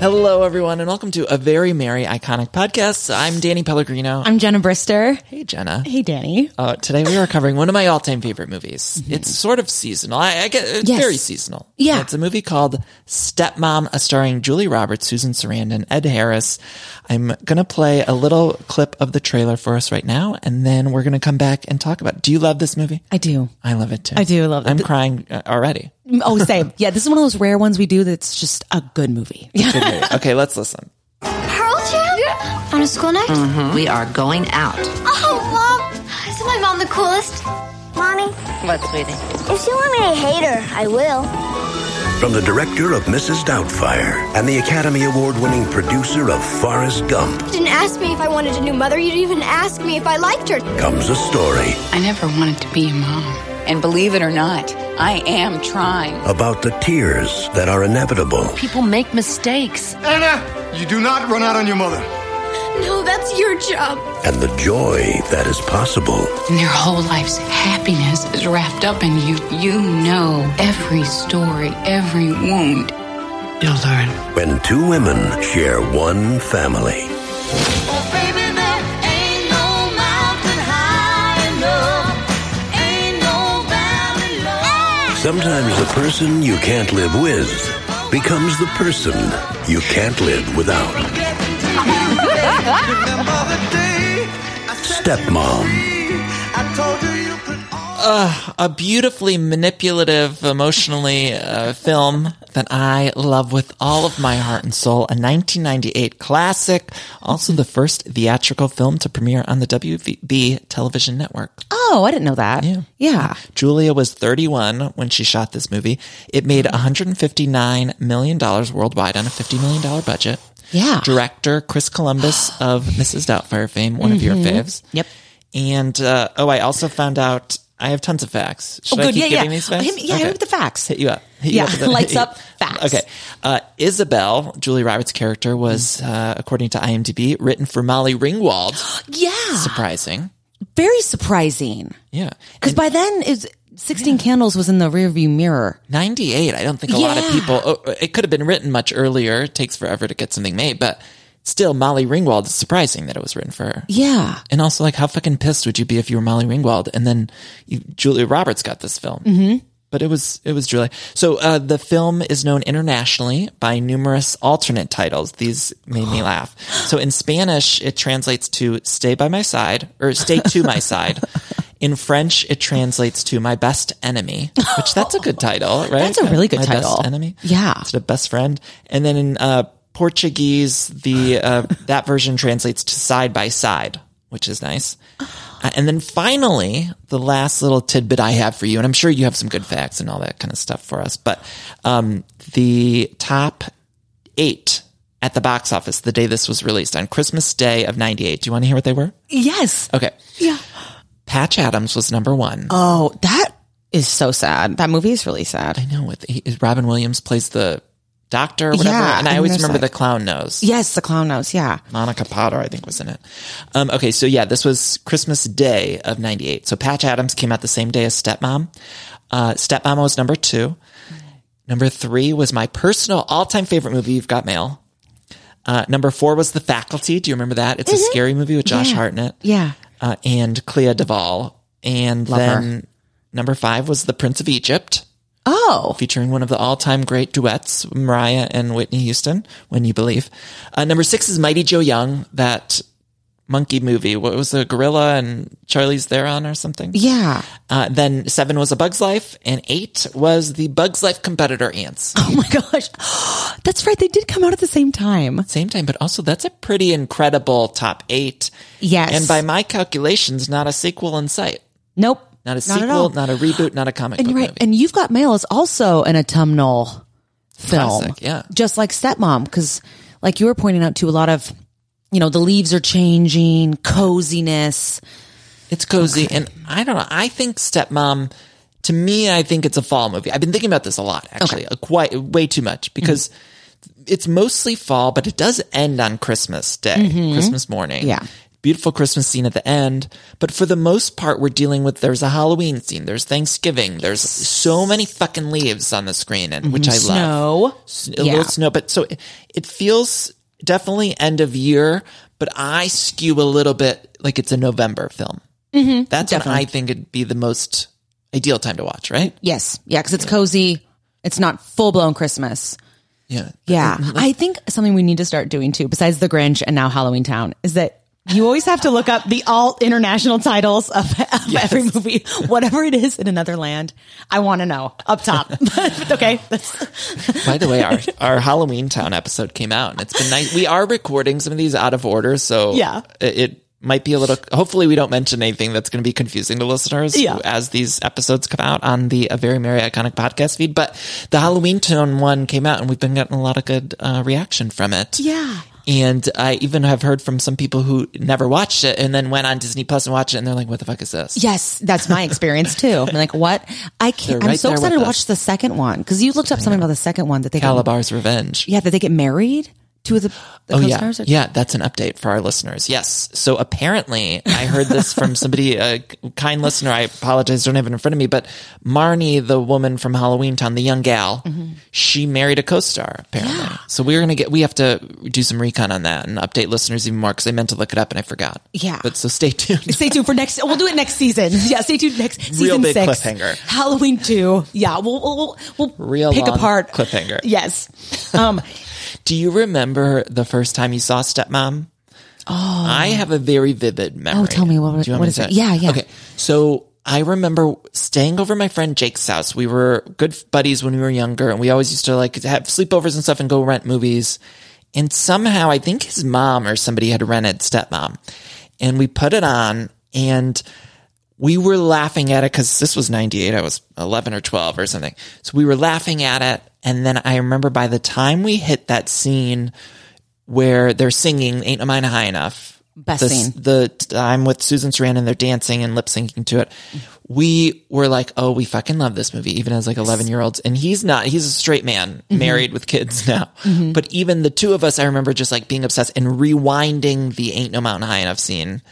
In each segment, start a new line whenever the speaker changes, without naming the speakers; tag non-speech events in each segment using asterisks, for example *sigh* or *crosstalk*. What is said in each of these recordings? Hello, everyone, and welcome to a very merry, iconic podcast. I'm Danny Pellegrino.
I'm Jenna Brister.
hey, Jenna.
Hey, Danny.
Uh, today we are covering one of my all-time favorite movies. It's sort of seasonal. I, I get it's
Mm-hmm. Yes.
very seasonal.
Yeah.
it's a movie called Stepmom, uh, starring Julie Roberts, Susan Sarandon, Ed Harris. I'm gonna play a little clip of the trailer for us right now, and then we're gonna come back and talk about. it. Do you love this movie?
I do.
I love it too.
I do love it.
I'm crying uh, already.
Oh, same. Yeah, this is one of those rare ones we do that's just a good movie.
Good movie. okay, let's listen.
Pearl Jam? On a school night?
We are going out.
Oh, Mom. Isn't my mom the coolest? Mommy,
What, sweetie?
if you want me to hate her, I will.
From the director of Mrs. Doubtfire and the Academy Award winning producer of Forrest Gump
You didn't ask me if I wanted a new mother. You didn't even ask me if I liked her.
comes a story
I never wanted to be a mom. And believe it or not, I am trying.
about the tears that are inevitable
People make mistakes.
Anna, you do not run out on your mother.
No, that's your job.
and the joy that is possible.
And your whole life's happiness is wrapped up in you. You know every story, every wound. You'll learn.
When two women share one family, sometimes the person you can't live with becomes the person you can't live without. Stepmom.
a beautifully manipulative, emotionally uh, film that I love with all of my heart and soul. A 1998 classic, also the first theatrical film to premiere on the WB television network.
Oh, I didn't know that. Yeah. Yeah.
Julia was 31 when she shot this movie. It made 159 million dollars worldwide on a 50 million dollar budget.
Yeah.
Director Chris Columbus of Mrs. Doubtfire fame, one of your faves.
Mm-hmm. Yep.
And uh, oh, I also found out I have tons of facts. Should I keep
Oh, yeah,
giving
yeah.
these facts?
Hit me- yeah, hit me with the facts.
Hit you up. Hit you
Yeah,
up with the-
*laughs* lights up, facts.
Okay. Uh, Isabel, Julie Roberts' character, was,
Mm.
uh, according to IMDb, written for Molly Ringwald.
*gasps*
*gasps*
Yeah.
Surprising.
Very surprising.
Yeah.
Because by then, it's 16 Candles was in the rearview mirror.
98. I don't think a lot of
Yeah.
people, oh, it could have been written much earlier. It takes forever to get something made, but still, Molly Ringwald is surprising that it was written for her.
Yeah.
And also, like, how fucking pissed would you be if you were Molly Ringwald and then you, Julia Roberts got this film? Mm-hmm. But it was it was Julia. So uh, the film is known internationally by numerous alternate titles. These made me laugh. So in Spanish, it translates to "Stay by my side" or "Stay to
*laughs*
my side." In French, it translates to "My best enemy," which that's a good title, right?
That's a really good
My
title.
Best enemy,
Yeah.
It's a best friend. And then in uh, Portuguese, the uh, that version translates to side by side, which is nice. Uh, and then finally, the last little tidbit I have for you, and I'm sure you have some good facts and all that kind of stuff for us, but um, the top eight at the box office the day this was released on Christmas Day of '98. Do you want to hear what they were?
Yes.
Okay.
Yeah.
Patch Adams was number one.
Oh, that is so sad. That movie is really sad.
I know. With he, Robin Williams plays the doctor, or whatever.
Yeah,
and I
and
always
there's,
remember
like-
the clown nose.
Yes, the clown nose. Yeah.
Monica Potter, I think, was in it. Um, okay, so yeah, this was Christmas Day of '98. So Patch Adams came out the same day as Stepmom. Uh, Stepmom was number two. Number three was my personal all-time favorite movie, You've Got Mail. Uh, number four was The Faculty. Do you remember that? It's a scary movie with Josh
Mm-hmm. Yeah.
Hartnett
Yeah.
uh, and Clea Duvall. And
Love her.
then number five was The Prince of Egypt,
Oh.
featuring one of the all-time great duets, Mariah and Whitney Houston, When You Believe. Uh, number six is Mighty Joe Young, that monkey movie. What was the gorilla and Charlie's Theron or something?
Yeah.
Uh, then seven was A Bug's Life, and eight was the Bug's Life competitor Ants.
Oh my gosh. *gasps* That's right. They did come out at the same time.
Same time, but also that's a pretty incredible top eight.
Yes.
And by my calculations, not a sequel in sight.
Nope.
Not a
at
sequel,
all.
not a reboot, not a comic
and
book
you're right.
movie.
And you've got mail is also an autumnal film,
Classic, yeah.
Just like Stepmom, because like you were pointing out to a lot of, you know, the leaves are changing, coziness.
It's cozy, and I don't know. I think Stepmom. To me, I think it's a fall movie. I've been thinking about this a lot, actually, uh, quite way too much because it's mostly fall, but it does end on Christmas Day, Christmas morning.
Mm-hmm. Yeah.
beautiful Christmas scene at the end. But for the most part, we're dealing with there's a Halloween scene, there's Thanksgiving, there's so many fucking leaves on the screen, and which I love
Mm-hmm. Snow.
s- a little snow, but so it, it feels definitely end of year, but I skew a little bit like it's a November film. Mm-hmm, That's when I think it'd be the most ideal time to watch, right?
Yes. Yeah. Because it's cozy. It's not full blown Christmas.
Yeah.
Yeah. I think something we need to start doing too, besides The Grinch and now Halloween Town, is that you always have to look up the all international titles of, of every movie, whatever it is in another land. I want to know up top. *laughs* okay. that's-
By the way, our, our Halloween Town episode came out and it's been nice. We are recording some of these out of order, so
Yeah.
it, it might be a little. Hopefully, we don't mention anything that's going to be confusing to listeners
Yeah.
as these episodes come out on the A Very Merry Iconic podcast feed. But the Halloween Town one came out and we've been getting a lot of good uh, reaction from it.
yeah.
And I even have heard from some people who never watched it and then went on Disney Plus and watched it, and they're like, "What the fuck is this?"
Yes, that's my experience too. I'm like, what?
They're
I can't. I'm
right
so
there
excited
with
to
us.
watch the second one because you looked up something about the second one that they got.
Calabar's Revenge.
Yeah, that they get married. Two of the, the
oh yeah,
co-stars. are-
yeah. That's an update for our listeners. Yes. So apparently, I heard this
*laughs*
from somebody, a kind listener. I apologize, don't have it in front of me, but Marnie, the woman from Halloween Town, the young gal,
Mm-hmm.
she married a co-star apparently. So we're gonna get. We have to do some recon on that and update listeners even more because I meant to look it up and I forgot.
Yeah.
But so stay tuned.
Stay tuned for next. We'll do it next season. *laughs* Yeah, stay tuned next season
big
six.
cliffhanger.
Halloween two. Yeah, we'll we'll we'll, we'll
Real
pick
long
apart
cliffhanger. *laughs*
Yes. Um.
Do you remember the first time you saw Stepmom? Oh, I have a very vivid memory.
Oh, tell me, what-
Do you want
what
me
is
to
it?
say?
Yeah, yeah.
Okay, so I remember staying over my friend Jake's house. We were good buddies when we were younger, and we always used to like have sleepovers and stuff and go rent movies. And somehow, I think his mom or somebody had rented Stepmom, and we put it on and we were laughing at it because this was 98. I was 11 or 12 or something. So we were laughing at it. And then I remember by the time we hit that scene where they're singing Ain't No Mine High Enough,
Best
the,
scene.
the time with Susan Sarandon, they're dancing and lip syncing to it. We were like, oh, we fucking love this movie, even as like 11 year olds. And he's not, he's a straight man,
Mm-hmm.
married with kids *laughs* now. But even the two of us, I remember just like being obsessed and rewinding the Ain't No Mountain High Enough scene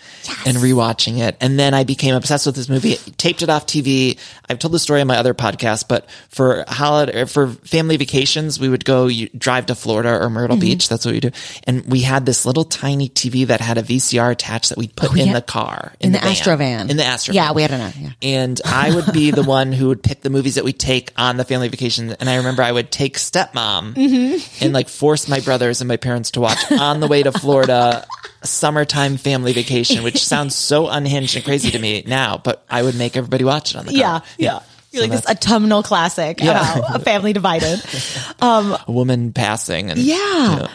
and rewatching it. And then I became obsessed with this movie, taped it off TV. I've told the story on my other podcast, but for holiday, or for family vacations, we would go you, drive to Florida or Myrtle
Mm-hmm.
Beach. That's what we do. And we had this little tiny TV that had a VCR attached that we'd put in
Oh, yeah.
the car,
In the Astro van.
in the Astro
Yeah,
van.
we had an- yeah.
And I would be
*laughs*
the one who would pick the movies that we take on the family vacation. And I remember I would take Stepmom
Mm-hmm.
and like force my brothers and my parents to watch on the way to Florida summertime family vacation, which sounds so unhinged and crazy to me now, but I would make everybody watch it on the car.
Yeah. Yeah. You're
So
like this autumnal classic
Yeah.
about a family divided.
*laughs* that's a woman passing and
Yeah.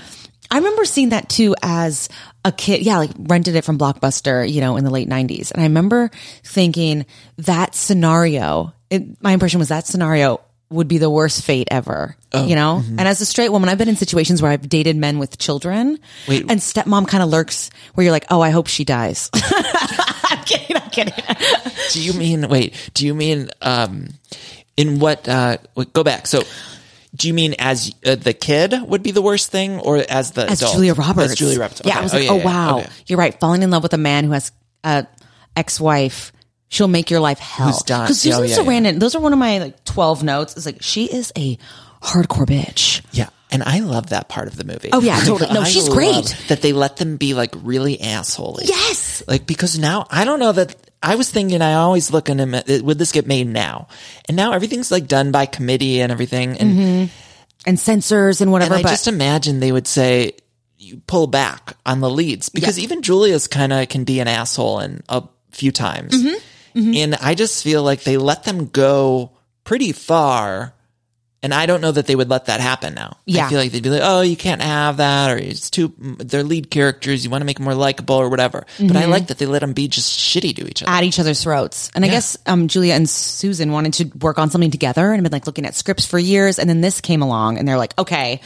I remember seeing that too as a kid. Yeah, like rented it from Blockbuster, you know, in the late 90s. And I remember thinking that scenario, it, my impression was that scenario would be the worst fate ever, you know? And as a straight woman, I've been in situations where I've dated men with children.
Wait.
And stepmom kind of lurks where you're like, oh, I hope she dies. *laughs* I'm kidding. I'm kidding.
do you mean wait do you mean um in what uh wait, go back so Do you mean as uh, the kid would be the worst thing, or as the
as
adult?
Julia Roberts.
As Julia Roberts.
Yeah,
Okay.
I was like, oh,
yeah, yeah.
wow,
Okay.
you're right. Falling in love with a man who has a ex-wife, she'll make your life hell.
Who's done-
Because
yeah,
Susan
yeah, yeah.
Sarandon, those are one of my like twelve notes. It's like she is a hardcore bitch.
Yeah. And I love that part of the movie.
Oh, yeah, totally.
*laughs*
No,
I
she's
love
great.
That they let them be like really assholey.
Yes.
Like, because now I don't know that I was thinking, I always look at him, at, would this get made now? And now everything's like done by committee and everything. And,
Mm-hmm. And censors and whatever.
and I
but
just imagine they would say, you pull back on the leads because even Julia's kind of can be an asshole in a few times.
Mm-hmm.
And I just feel like they let them go pretty far. And I don't know that they would let that happen now.
Yeah.
I feel like they'd be like, oh, you can't have that, or it's too, they're lead characters. You want to make them more likable or whatever. But I
Mm-hmm.
like that they let them be just shitty to each other.
at each other's throats. And I guess um, Julia and Susan wanted to work on something together and have been like looking at scripts for years. And then this came along and they're like, okay,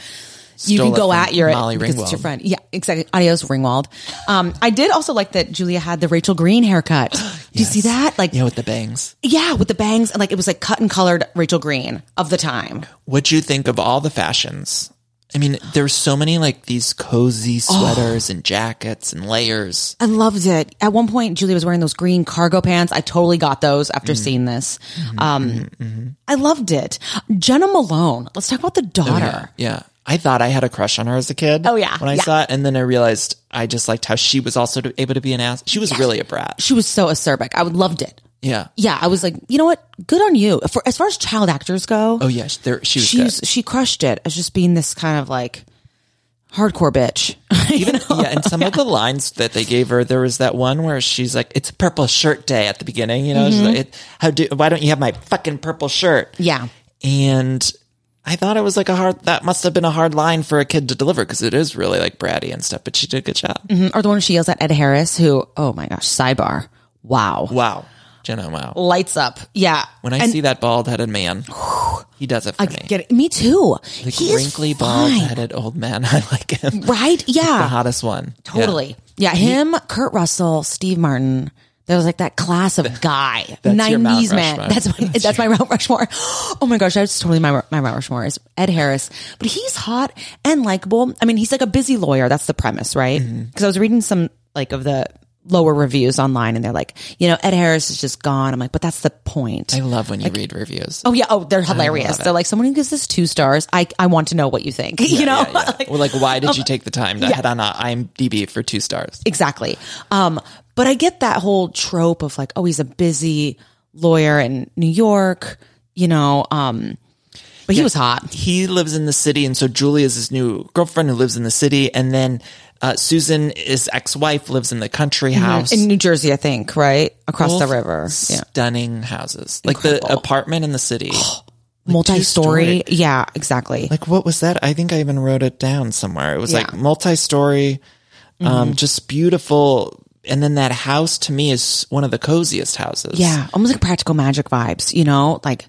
you
Stole
can
it
go
from
at your
Molly
because it's
Ringwald.
your friend. Yeah, exactly. Adios, Ringwald. Um, I did also like that Julia had the Rachel
*gasps*
Green haircut. Do you see that? Like,
yeah, with the bangs.
yeah, with the bangs and like it was like cut and colored Rachel Green of the time.
What'd you think of all the fashions? I mean, there's so many like these cozy
Oh.
sweaters and jackets and layers.
I loved it. At one point, Julia was wearing those green cargo pants. I totally got those after
Mm-hmm.
seeing this. Um, I loved it. Jenna Malone. Let's talk about the daughter.
Oh, Yeah. I thought I had a crush on her as a kid.
Oh, yeah.
When I
Yeah.
saw it. And then I realized I just liked how she was also to- able to be an ass. She was really a brat.
She was so acerbic. I would loved it.
Yeah.
Yeah, I was like, you know what? Good on you. For as far as child actors go,
Oh, yeah. She, there, she was
she's *laughs*
good.
she crushed it as just being this kind of like hardcore bitch. *laughs* Even
Yeah. And some of the lines that they gave her, there was that one where she's like, it's purple shirt day at the beginning. You know, she's
Mm-hmm.
like, it, how do, why don't you have my fucking purple shirt?
yeah,
And I thought it was like a hard, that must have been a hard line for a kid to deliver because it is really like bratty and stuff, but she did a good job.
or the one where she yells at Ed Harris, who oh my gosh, sidebar, wow,
Wow. Jenna, wow.
lights up. Yeah,
When I
Oh, And
see that bald headed man, he does it for
I
me.
get it. Me too.
Like
he
wrinkly,
is fine,
bald headed old man. *laughs* I like him.
right?
The
Yeah,
hottest one. Yeah.
totally. Yeah, him, Kurt Russell, Steve Martin. There was like that class of guy,
*laughs* That's your Mount
nineties man.
Rushmore.
*laughs* That's my that's, my Mount Rushmore. *gasps* Oh my gosh, that's totally my my Mount Rushmore is Ed Harris, but he's hot and likable. I mean, he's like a busy lawyer. That's the premise, right? Because
Mm-hmm.
I was reading some like of the lower reviews online, and they're like, you know, Ed Harris is just gone. I'm like, but that's the point.
I love when you read reviews.
Oh yeah. Oh, they're hilarious. They're like someone who gives this two stars. I I want to know what you think. *laughs* you know, Like- um,
well, like, why did you take the time to head on a IMDb for two stars?
exactly. Um, but I get that whole trope of like, oh, he's a busy lawyer in New York. You know, um, but he was hot.
He lives in the city, and so Julie is his new girlfriend who lives in the city, and then uh, Susan, his ex-wife, lives in the country house.
Mm-hmm. in New Jersey, I think, right across the
Both
river. Yeah,
Stunning houses, like the
Incredible.
apartment in the city.
multi-story.
two-story.
Yeah, exactly.
*gasps* like what was that? I think I even wrote it down somewhere. It was like
Yeah. Mm-hmm.
multi-story, um, just beautiful. And then that house to me is one of the coziest houses.
yeah, almost like practical magic vibes. You know, like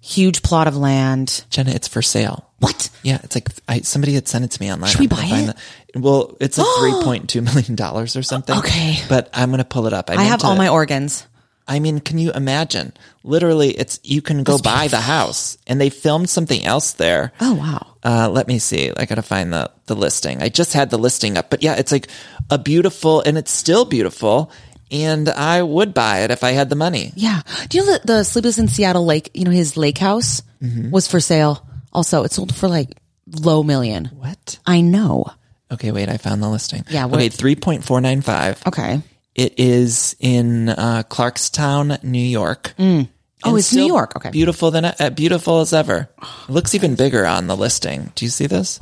huge plot of land.
Jenna, it's for sale.
What?
Yeah, it's like I, somebody had sent it to me online.
Should we
I'm gonna
buy
find
it?
the- well,
*gasps*
it's like three point two million dollars or something.
Okay.
but I'm gonna pull it up.
I
meant
have
to-
all my organs.
I mean, can you imagine? Literally, it's you can go buy the house, and they filmed something else there.
Oh wow.
Uh, let me see. I gotta find the the listing. I just had the listing up, but yeah, it's like a beautiful, and it's still beautiful. And I would buy it if I had the money.
Yeah. Do you know that the Sleepless in Seattle lake, you know, his lake house
Mm-hmm.
was for sale. Also, it sold for like low million.
What?
I know.
Okay, wait. I found the listing.
Yeah, what- Oh.
Okay, three point four nine five.
Okay.
It is in uh, Clarkstown, New York.
Oh,
And
it's New
still
York. Okay.
Beautiful than uh, beautiful as ever. It looks even bigger on the listing. Do you see this?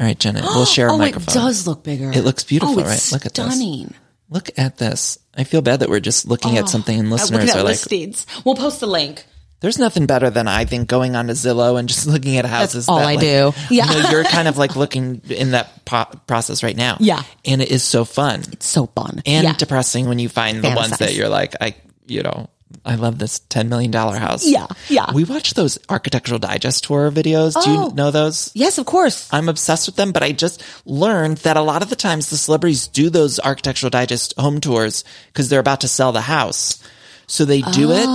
All right, Jenna,
*gasps*
we'll share a
oh, it
microphone.
does look bigger.
It looks beautiful,
oh, it's
right? Look at this.
Stunning.
Look at this. I feel bad that we're just looking at something and
Oh, uh, At looking
listeners
at
are like,
listings. We'll post the link.
there's nothing better than I think going onto Zillow and just *laughs* looking at houses.
all
that,
I
like-
do. Yeah.
You know, you're kind of
*laughs*
like looking in that po- process right now.
Yeah.
And it is so fun
So fun.
and
yeah.
depressing when you find the ones
Fantasize.
that you're like, I, you know, I love this ten million dollar house.
Yeah, yeah.
We watch those Architectural Digest tour videos. Do
Oh.
you know those?
yes, of course.
I'm obsessed with them, but I just learned that a lot of the times the celebrities do those Architectural Digest home tours because they're about to sell the house. So they do it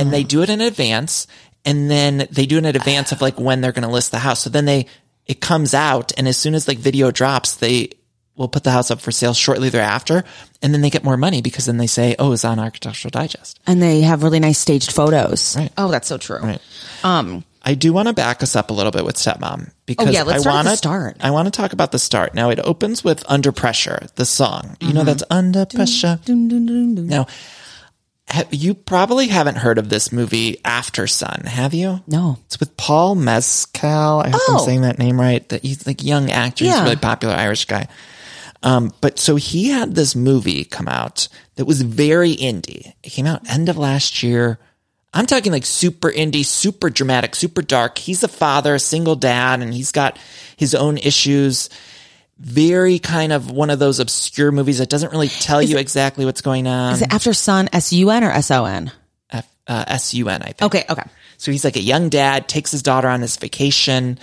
and they do it in advance. and then they do it in advance of like when they're going to list the house. So then they it comes out, and as soon as like video drops, they will put the house up for sale shortly thereafter, and then they get more money because then they say, "Oh, it's on Architectural Digest."
and they have really nice staged photos.
Right.
Oh, that's so true.
Right.
Um,
I do want to back us up a little bit with Stepmom because
Oh, yeah, let's
I
start at
want
the
to
start.
I want to talk about the start. Now it opens with "Under Pressure," the song. You know that's "Under
Mm-hmm.
Pressure." Now, ha- you probably haven't heard of this movie after Sun, have you?
No.
It's with Paul Mescal. I hope
Oh.
I'm saying that name right. That he's like young actor. He's
Yeah.
a really popular Irish guy. Um, but so he had this movie come out that was very indie. It came out end of last year. I'm talking like super indie, super dramatic, super dark. He's a father, a single dad, and he's got his own issues. Very kind of one of those obscure movies that doesn't really tell you exactly what's going on.
is it after Sun S U N or S O N?
F, uh, S-U-N, I think.
Okay, okay.
So he's like a young dad, takes his daughter on his vacation.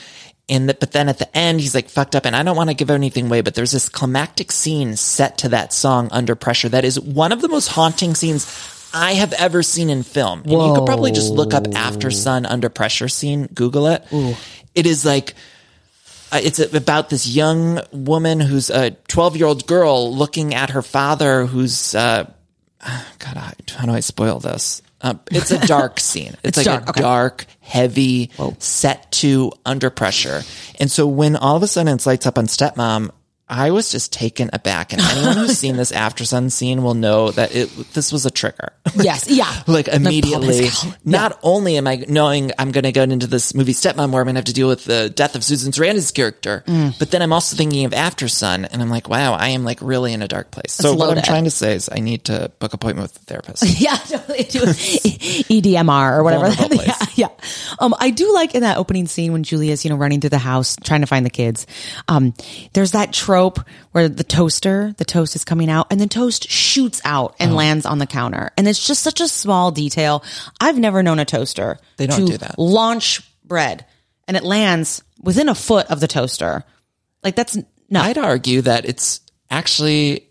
And the, but then at the end, he's like fucked up. And I don't want to give anything away, but there's this climactic scene set to that song under pressure. That is one of the most haunting scenes I have ever seen in film. And you could probably just look up after sun under pressure scene, Google it. It is like, uh, it's about this young woman who's a 12 year old girl looking at her father who's, uh, God, I, how do I spoil this? Um, it's a
*laughs*
dark scene. It's, like
dark,
a
okay.
dark, heavy, set to under pressure. And so when all of a sudden it's lights up on stepmom, I was just taken aback. And anyone who's seen this after sun scene will know that it this was a trigger. *laughs*
Yes, yeah.
like
Paul
immediately.
Mescal.
Not only am I knowing I'm going to go into this movie Stepmom where I'm going to have to deal with the death of Susan Sarandon's character,
Mm.
but then I'm also thinking of After Sun, and I'm like, wow, I am like really in a dark place. So what I'm
loaded.
trying to say is I need to book appointment with a
*laughs*
therapist.
Yeah,
*laughs*
totally do. E, EDMR or whatever.
Vulnerable place.
*laughs* yeah, yeah. Um, I do like in that opening scene when Julia's, you know, running through the house trying to find the kids. Um, there's that trope where the toaster, the toast is coming out, and the toast shoots out
Uh-huh.
and lands on the counter, and it's just such a small detail. I've never known a toaster
They don't
to
do that.
launch bread, and it lands within a foot of the toaster. Like that's no.
I'd argue that it's actually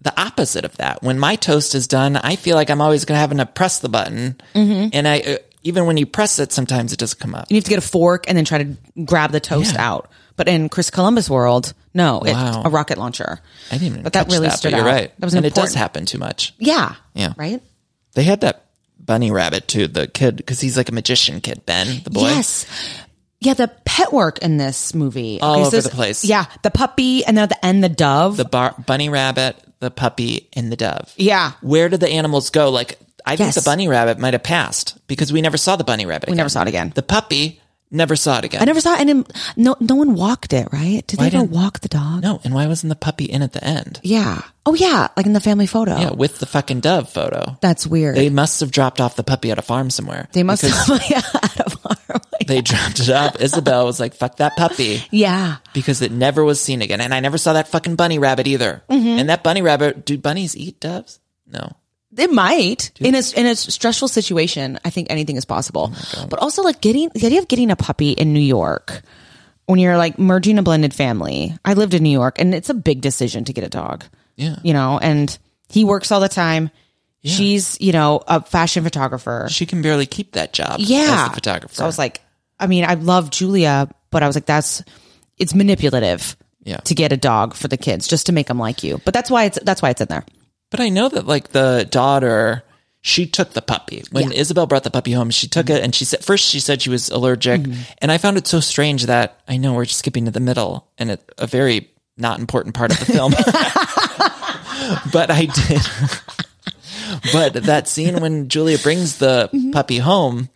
the opposite of that. When my toast is done, I feel like I'm always going to having to press the button,
Mm-hmm.
and I uh, even when you press it, sometimes it doesn't come up.
you have to get a fork and then try to grab the toast
Yeah.
out. But in Chris Columbus world,
Wow.
no, it's a rocket launcher.
I didn't even
But that
catch
really
but
stood
You're
out.
right.
That was an
and it does
important-
happen too much.
Yeah.
Yeah.
Right?
They had that bunny rabbit too, the kid, because he's like a magician kid, Ben, the boy.
Yes. Yeah, the pet work in this movie.
All
so
over
this-
the place.
Yeah. The puppy and then at the end the dove.
The bar- bunny rabbit, the puppy, and the dove. E,
yeah.
Where did the animals go? Like, I think
Yes.
the bunny rabbit might have passed because we never saw the bunny rabbit.
We never saw it again.
The puppy never saw it again.
I never saw any no no one walked it, right? Did
Why
they ever
didn't-
walk the dog?
No, and why wasn't the puppy in at the end?
Yeah. Oh yeah, like in the family photo.
Yeah, with the fucking dove photo.
That's weird.
They
They,
must have dropped off the puppy at a farm somewhere.
must
because
have *laughs* yeah, out of our
They dropped it
*laughs*
up. Isabel was like, fuck that puppy.
Yeah.
because it never was seen again. And I never saw that fucking bunny rabbit either.
Mm-hmm.
And that bunny rabbit, do bunnies eat doves? No.
It might in a in a stressful situation. I think anything is possible.
Oh
but also, like getting the idea of getting a puppy in New York when you're like merging a blended family. I lived in New York, and it's a big decision to get a dog.
Yeah.
you know, and he works all the time. She's you know a fashion photographer.
She can barely keep that job.
yeah,
As a photographer.
So I was like, I mean, I love Julia, but I was like, that's it's manipulative.
Yeah.
to get a dog for the kids just to make them like you. But that's why it's that's why it's in there.
but I know that like the daughter, she took the puppy. When Isabel brought the puppy home, she took
Mm-hmm.
it and she said, first she said she was allergic. And I found it so strange that I know we're skipping to the middle and it, a very not important part of the film. *laughs* but I did. *laughs* but that scene when Julia brings the
Mm-hmm.
puppy home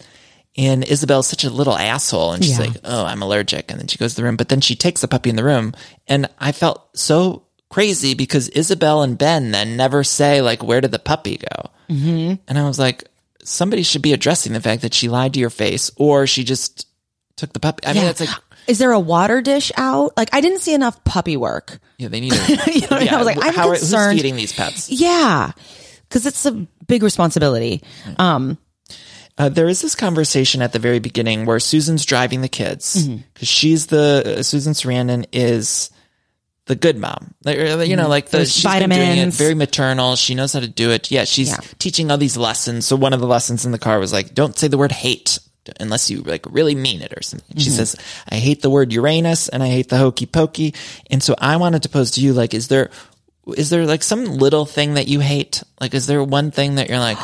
and Isabel's such a little asshole and she's
Yeah.
like, Oh, I'm allergic. And then she goes to the room, but then she takes the puppy in the room. And I felt so crazy because Isabel and Ben then never say like, where did the puppy go? Mm-hmm. And I was like, somebody should be addressing the fact that she lied to your face or she just took the puppy. I mean,
Yeah.
it's like,
Is there a water dish out? Like I didn't see enough puppy work.
yeah, they need to.
*laughs* You know what I mean? I was like, I'm
how,
concerned.
Who's feeding these pets?
Yeah, because it's a big responsibility. Um,
Uh, there is this conversation at the very beginning where Susan's driving the kids because she's the uh, Susan Sarandon is the good mom. Like, uh, you know, like the
There's
she's been doing it
vitamins.
very maternal. She knows how to do it. Yeah, she's
Yeah.
teaching all these lessons. So one of the lessons in the car was like, don't say the word hate. unless you like really mean it or something. She says, I hate the word Uranus and I hate the hokey pokey. And so I wanted to pose to you, like, is there, is there like some little thing that you hate? Like, is there one thing that you're like,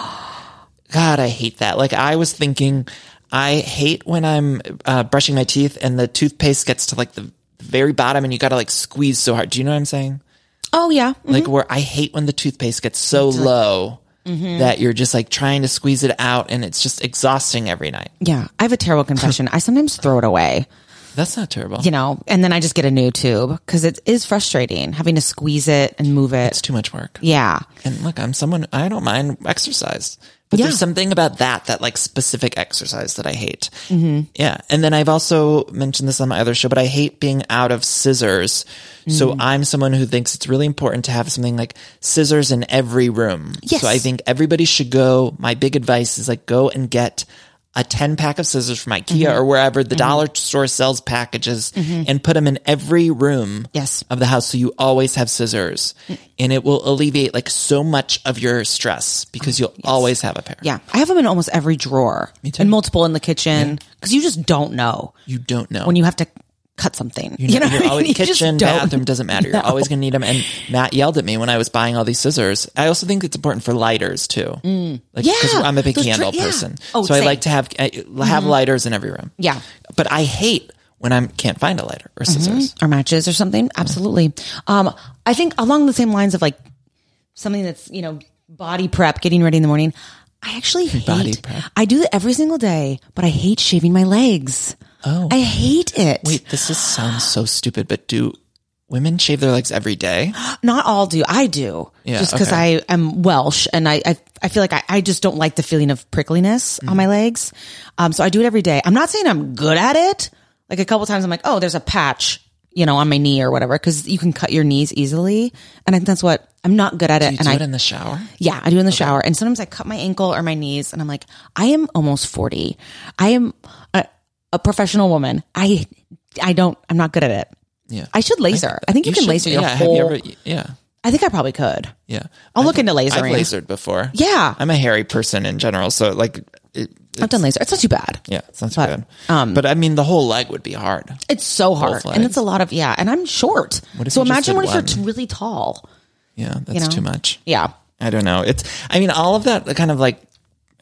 God, I hate that. Like, I was thinking, I hate when I'm uh, brushing my teeth and the toothpaste gets to like the very bottom and you gotta like squeeze so hard. Do you know what I'm saying?
Oh yeah.
Like where I hate when the toothpaste gets so low
Mm-hmm.
that you're just like trying to squeeze it out and it's just exhausting every night.
Yeah. I have a terrible confession. I sometimes throw it away,
That's not terrible.
you know, and then I just get a new tube because it is frustrating having to squeeze it and move it.
it's too much work.
yeah.
And look, I'm someone I don't mind exercise, but
Yeah.
there's something about that that like specific exercise that I hate.
Mm-hmm.
Yeah, and then I've also mentioned this on my other show, but I hate being out of scissors. So
Mm-hmm.
I'm someone who thinks it's really important to have something like scissors in every room.
Yes.
So I think everybody should go. My big advice is like go and get. A 10 pack of scissors from IKEA
Mm-hmm.
or wherever the dollar store sells packages and put them in every room
Yes.
of the house so you always have scissors
Mm.
and it will alleviate like so much of your stress because you'll always have a pair
Yeah. I have them in almost every drawer and multiple in the kitchen because you just don't know
you don't know
when you have to cut something. You
you know,
what
you're
I mean?
always,
You just
kitchen,
don't
bathroom doesn't matter.
*laughs*
You're
know.
always going to need them. And Matt yelled at me when I was buying all these scissors. I also think it's important for lighters too. Like, because
Mm. Yeah.
I'm a big
Those dri-
candle
yeah.
person.
Oh,
so I
same. Mm-hmm.
like to have, I have lighters in every room.
Yeah. Mm-hmm.
But I hate when I can't find a lighter or scissors.
or matches or something. Absolutely. Um, I think along the same lines of like something that's, you know, body prep, getting ready in the morning. I actually hate,
Body prep.
I do it every single day, but I hate shaving my legs.
Oh.
I hate it.
Wait, this is, sounds so stupid, but do women shave their legs every
*gasps*
day?
Not all do. I do.
Yeah,
just because
okay.
I am Welsh and I, I, I feel like I, I just don't like the feeling of prickliness
Mm-hmm.
on my legs. Um, so I do it every day. I'm not saying I'm good at it. Like a couple times I'm like, oh, there's a patch, you know, on my knee or whatever, because you can cut your knees easily. And I think that's what I'm not good at it.
You
and
do
I,
it in the shower?
Yeah, I do in the shower. And sometimes I cut my ankle or my knees and I'm like, I am almost 40. I am a, a professional woman. I I don't I'm not good at it.
Yeah.
I should laser. I think you, can
should-
laser your
yeah,
whole
Have you ever, yeah.
I think I probably could.
Yeah.
I'll look into
I've
lasering.
lasered before.
Yeah.
I'm a hairy person in general. So like, it,
I've done laser. It's not too bad.
Yeah, it's not too
But, um,
bad. but I mean, the whole leg would be hard.
It's so hard.
legs.
And it's a lot of yeah, and I'm short.
What if
so
you just
imagine
did
what if you're
one?
t- really tall.
Yeah, that's
know?
too much.
Yeah.
I don't know. It's. I mean, all of that kind of like,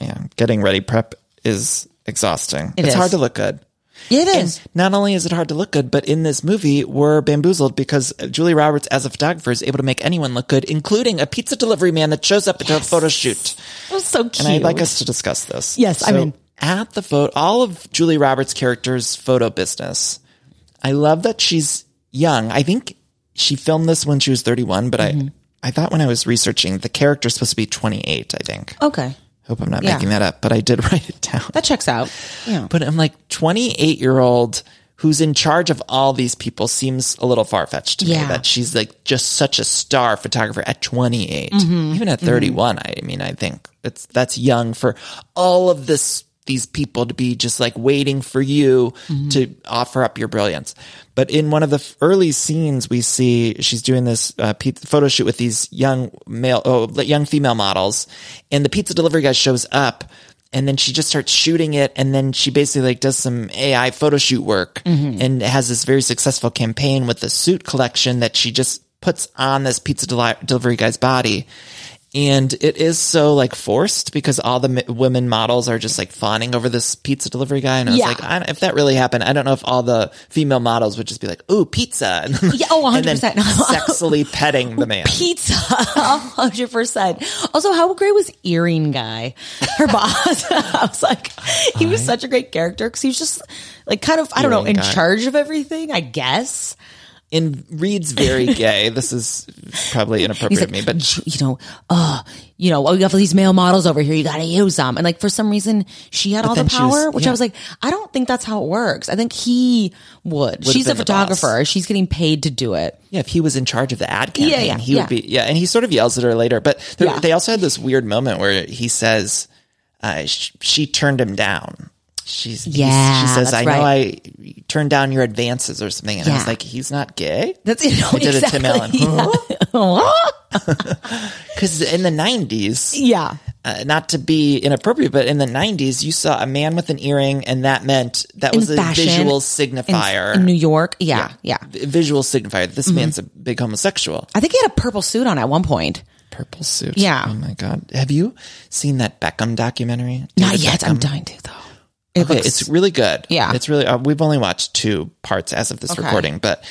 yeah, getting ready prep is exhausting.
It
it's
is.
hard to look good.
It
And
is.
not only is it hard to look good, but in this movie, we're bamboozled because Julie Roberts, as a photographer, is able to make anyone look good, including a pizza delivery man that shows up to a photo shoot.
It was so cute.
And I'd like us to discuss this.
Yes, I'm in.
At the photo, all of Julie Roberts' character's photo business. I love that she's young. I think she filmed this when she was 31, but
Mm-hmm.
I, I thought when I was researching, the character's supposed to be 28, I think.
Okay.
Hope I'm not
Oh, Yeah.
making that up, but I did *laughs* write it down.
That checks out. Yeah.
But I'm like, 28 year old who's in charge of all these people seems a little far fetched to me
Yeah.
that she's like just such a star photographer at 28,
Mm-hmm.
even at 31. I mean, I think it's that's young for all of this these people to be just like waiting for you
Mm-hmm.
to offer up your brilliance. But in one of the f- early scenes, we see she's doing this uh, pi- photo shoot with these young male, oh, young female models, and the pizza delivery guy shows up and then she just starts shooting it and then she basically like does some ai photo shoot work
Mm-hmm.
and has this very successful campaign with the suit collection that she just puts on this pizza deli- delivery guy's body and it is so like forced because all the m- women models are just like fawning over this pizza delivery guy and i was
Yeah.
like I don't, if that really happened i don't know if all the female models would just be like ooh pizza *laughs* and then,
Yeah, oh,
and then
*laughs* 100%.
sexily petting the man
*laughs* pizza, hundred percent. Also, how great was Earring Guy,
*laughs*
her boss? *laughs* I was like, he was such a great character because he was just like kind of I don't know
Earring
in
Guy.
charge of everything. I guess
and reads very gay this is probably inappropriate
he's
of me
like,
but
you know, uh, you know, oh, you have these male models over here. You got to use them, and like for some reason she had all the
then she was-
power, which
yeah.
I was like, I don't think that's how it works. I think he would. She's a
been the boss.
photographer. She's getting paid to do it.
Yeah, if he was in charge of the ad campaign,
Yeah, yeah,
he would
yeah.
be. Yeah, and he sort of yells at her later. But there,
Yeah.
they also had this weird moment where he says uh, sh- she turned him down. She's he's-
Yeah,
she says, "I
that's right.
know I turned down your advances or something," and I was
Yeah.
like, "He's not gay."
That's you know,
I did
*laughs* exactly.
a Tim Allen
Yeah.
because in the nineties,
yeah.
uh, not to be inappropriate, but in the 90s, you saw a man with an earring, and that meant that
In
was a
fashion,
visual
in-
signifier.
in New Mm-hmm. York. Yeah, yeah.
V- Visual signifier. This man's a big homosexual.
I think he had a purple suit on at one point.
Purple suit.
Yeah.
Oh my God. Have you seen that Beckham documentary?
Not
David
yet. I'm
Beckham?
dying to though. It
okay,
looks-
um, it's really good.
Yeah.
it's really. Uh, we've only watched two parts as of this
Okay.
recording, but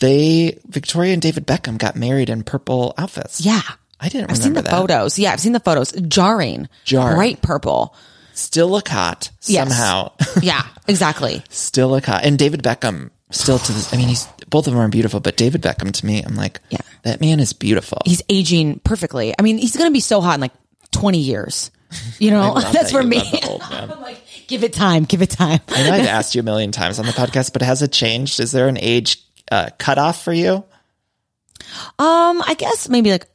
they Victoria and David Beckham got married in purple outfits.
yeah.
I didn't
I've
remember
seen the
that.
photos. Yeah, I've seen the photos. Jarring.
Jarring.
Bright purple.
Still look hot
Yes.
somehow. *laughs*
Yeah, exactly.
Still look hot, and David Beckham still to this. I mean, he's both of them are beautiful, but David Beckham to me, I'm like,
Yeah.
that man is beautiful.
He's aging perfectly. I mean, he's going to be so hot in like 20 years. You know,
love
*laughs* that's
that
for
you
me.
love the old man.
I'm like, give it time, give it time.
I know I've asked you a million times on the podcast, but has it changed? Is there an age uh, cutoff for you?
Um, I guess maybe like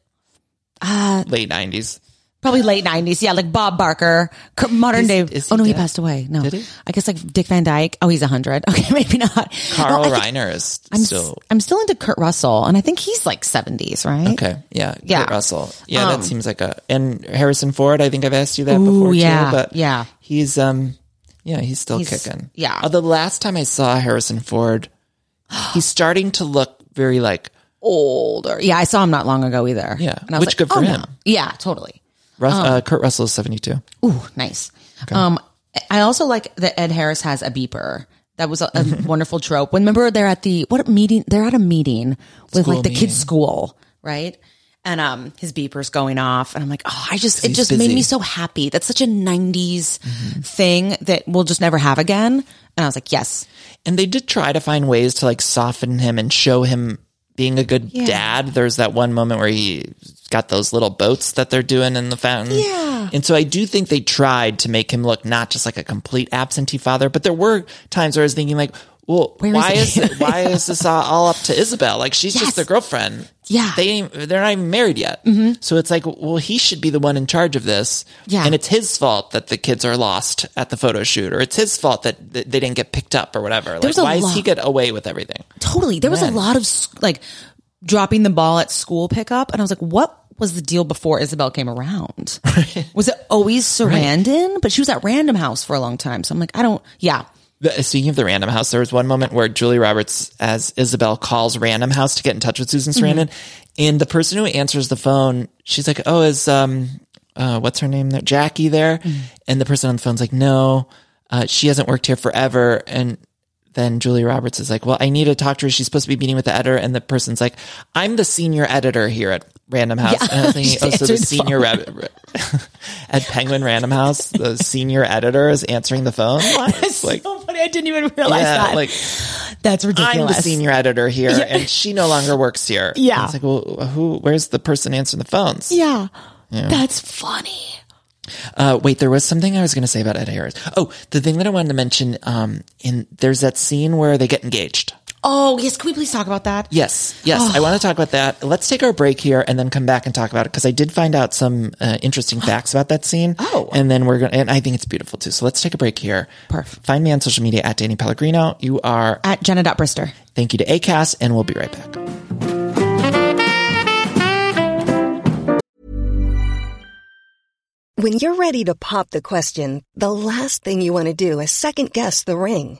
Uh,
Late nineties.
Probably late nineties. Yeah, like Bob Barker, cur- modern
Is-
day.
is he
oh no, he
dead?
passed away. No,
Did he?
I guess like Dick Van Dyke. Oh, he's hundred. *laughs* Okay, maybe not.
Carl
No, I think-
Reiner is
I'm s-
still
I'm still into Kurt Russell, and I think he's like seventies, right?
Okay. Yeah. Kurt
Yeah.
Russell. Yeah,
Um,
that seems like a and Harrison Ford. I think I've asked you that
Ooh,
before
yeah,
too. But
yeah.
he's um, yeah, he's still
He's-
kicking.
yeah.
Although the last time I saw Harrison
*gasps*
Ford, he's starting to look very like
older. Yeah, I saw him not long ago either.
Yeah,
and I was
which
like,
good for
oh,
him.
no. Yeah, totally.
Rus-
Oh.
uh, Kurt Russell is seventy two.
Ooh, nice. Um, I also like that Ed Harris has a beeper. That was a, a
*laughs*
wonderful trope. Remember, they're at the what meeting? They're at a meeting with like the kids' school, right? And um, his beeper's going off, and I'm like, oh, I just it
he's
just made
busy. Mm-hmm.
me so happy. That's such a '90s thing that we'll just never have again. And I was like, yes,
And they did try to find ways to like soften him and show him being a good dad. There's that one moment where he got those little boats that they're doing in the fountain.
Yeah.
And so I do think they tried to make him look not just like a complete absentee father, but there were times where I was thinking like, well,
Where is
why
he?
is, it, why is this all- all up to Isabel? Like she's just their girlfriend.
Yeah.
They ain't, they're not even married yet. So it's like, well, he should be the one in charge of this.
Mm-hmm. Yeah.
And it's his fault that the kids are lost at the photo shoot, or it's his fault that that they didn't get picked up or whatever.
There's
Like,
a
why does he
lot-
get away with everything?
totally. There was a lot of s- like dropping the ball at school pickup, and I was like, what was the deal before Isabel came *laughs* around? was it always Sarandon? But she was at Random House for a long time, so I'm like, I don't. Yeah,
The- Speaking of the Random House, there was one moment where Julie Roberts, as Isabel, calls Random House to get in touch with Susan
Mm-hmm.
Sarandon, and the person who answers the phone, she's like, "Oh, is um, uh, what's her name there, Jackie there?"
Mm-hmm.
And the person on the phone's like, "No, uh, she hasn't worked here forever." And then Julie Roberts is like, "Well, I need to talk to her. She's supposed to be meeting with the editor." And the person's like, "I'm the senior editor here at Random House." And
*laughs*
I was thinking,
She's
"Oh, so the
answering the
senior re- re- *laughs* at Penguin Random House, the senior editor is answering the
*laughs*
phone." It's like,
so funny. I didn't even realize
yeah,
that.
like
That's ridiculous.
I'm the senior editor here, and she no longer works here.
Yeah.
it's like, well, who? Where's the person answering the phones?
Yeah. That's funny.
Uh, wait, there was something I was going to say about Ed Harris. Oh, the thing that I wanted to mention. Um, in there's that scene where they get engaged.
Oh, yes. Can we please talk about that?
Yes, yes,
Oh.
I want to talk about that. Let's take our break here and then come back and talk about it because I did find out some uh, interesting facts about that scene.
Oh.
and then we're going to and I think it's beautiful too. So let's take a break here.
Perf.
Find me on social media at Danny Pellegrino. You are.
At Jenna.Brister.
Thank you to Acast, and we'll be right back.
When you're ready to pop the question, the last thing you want to do is second guess the ring.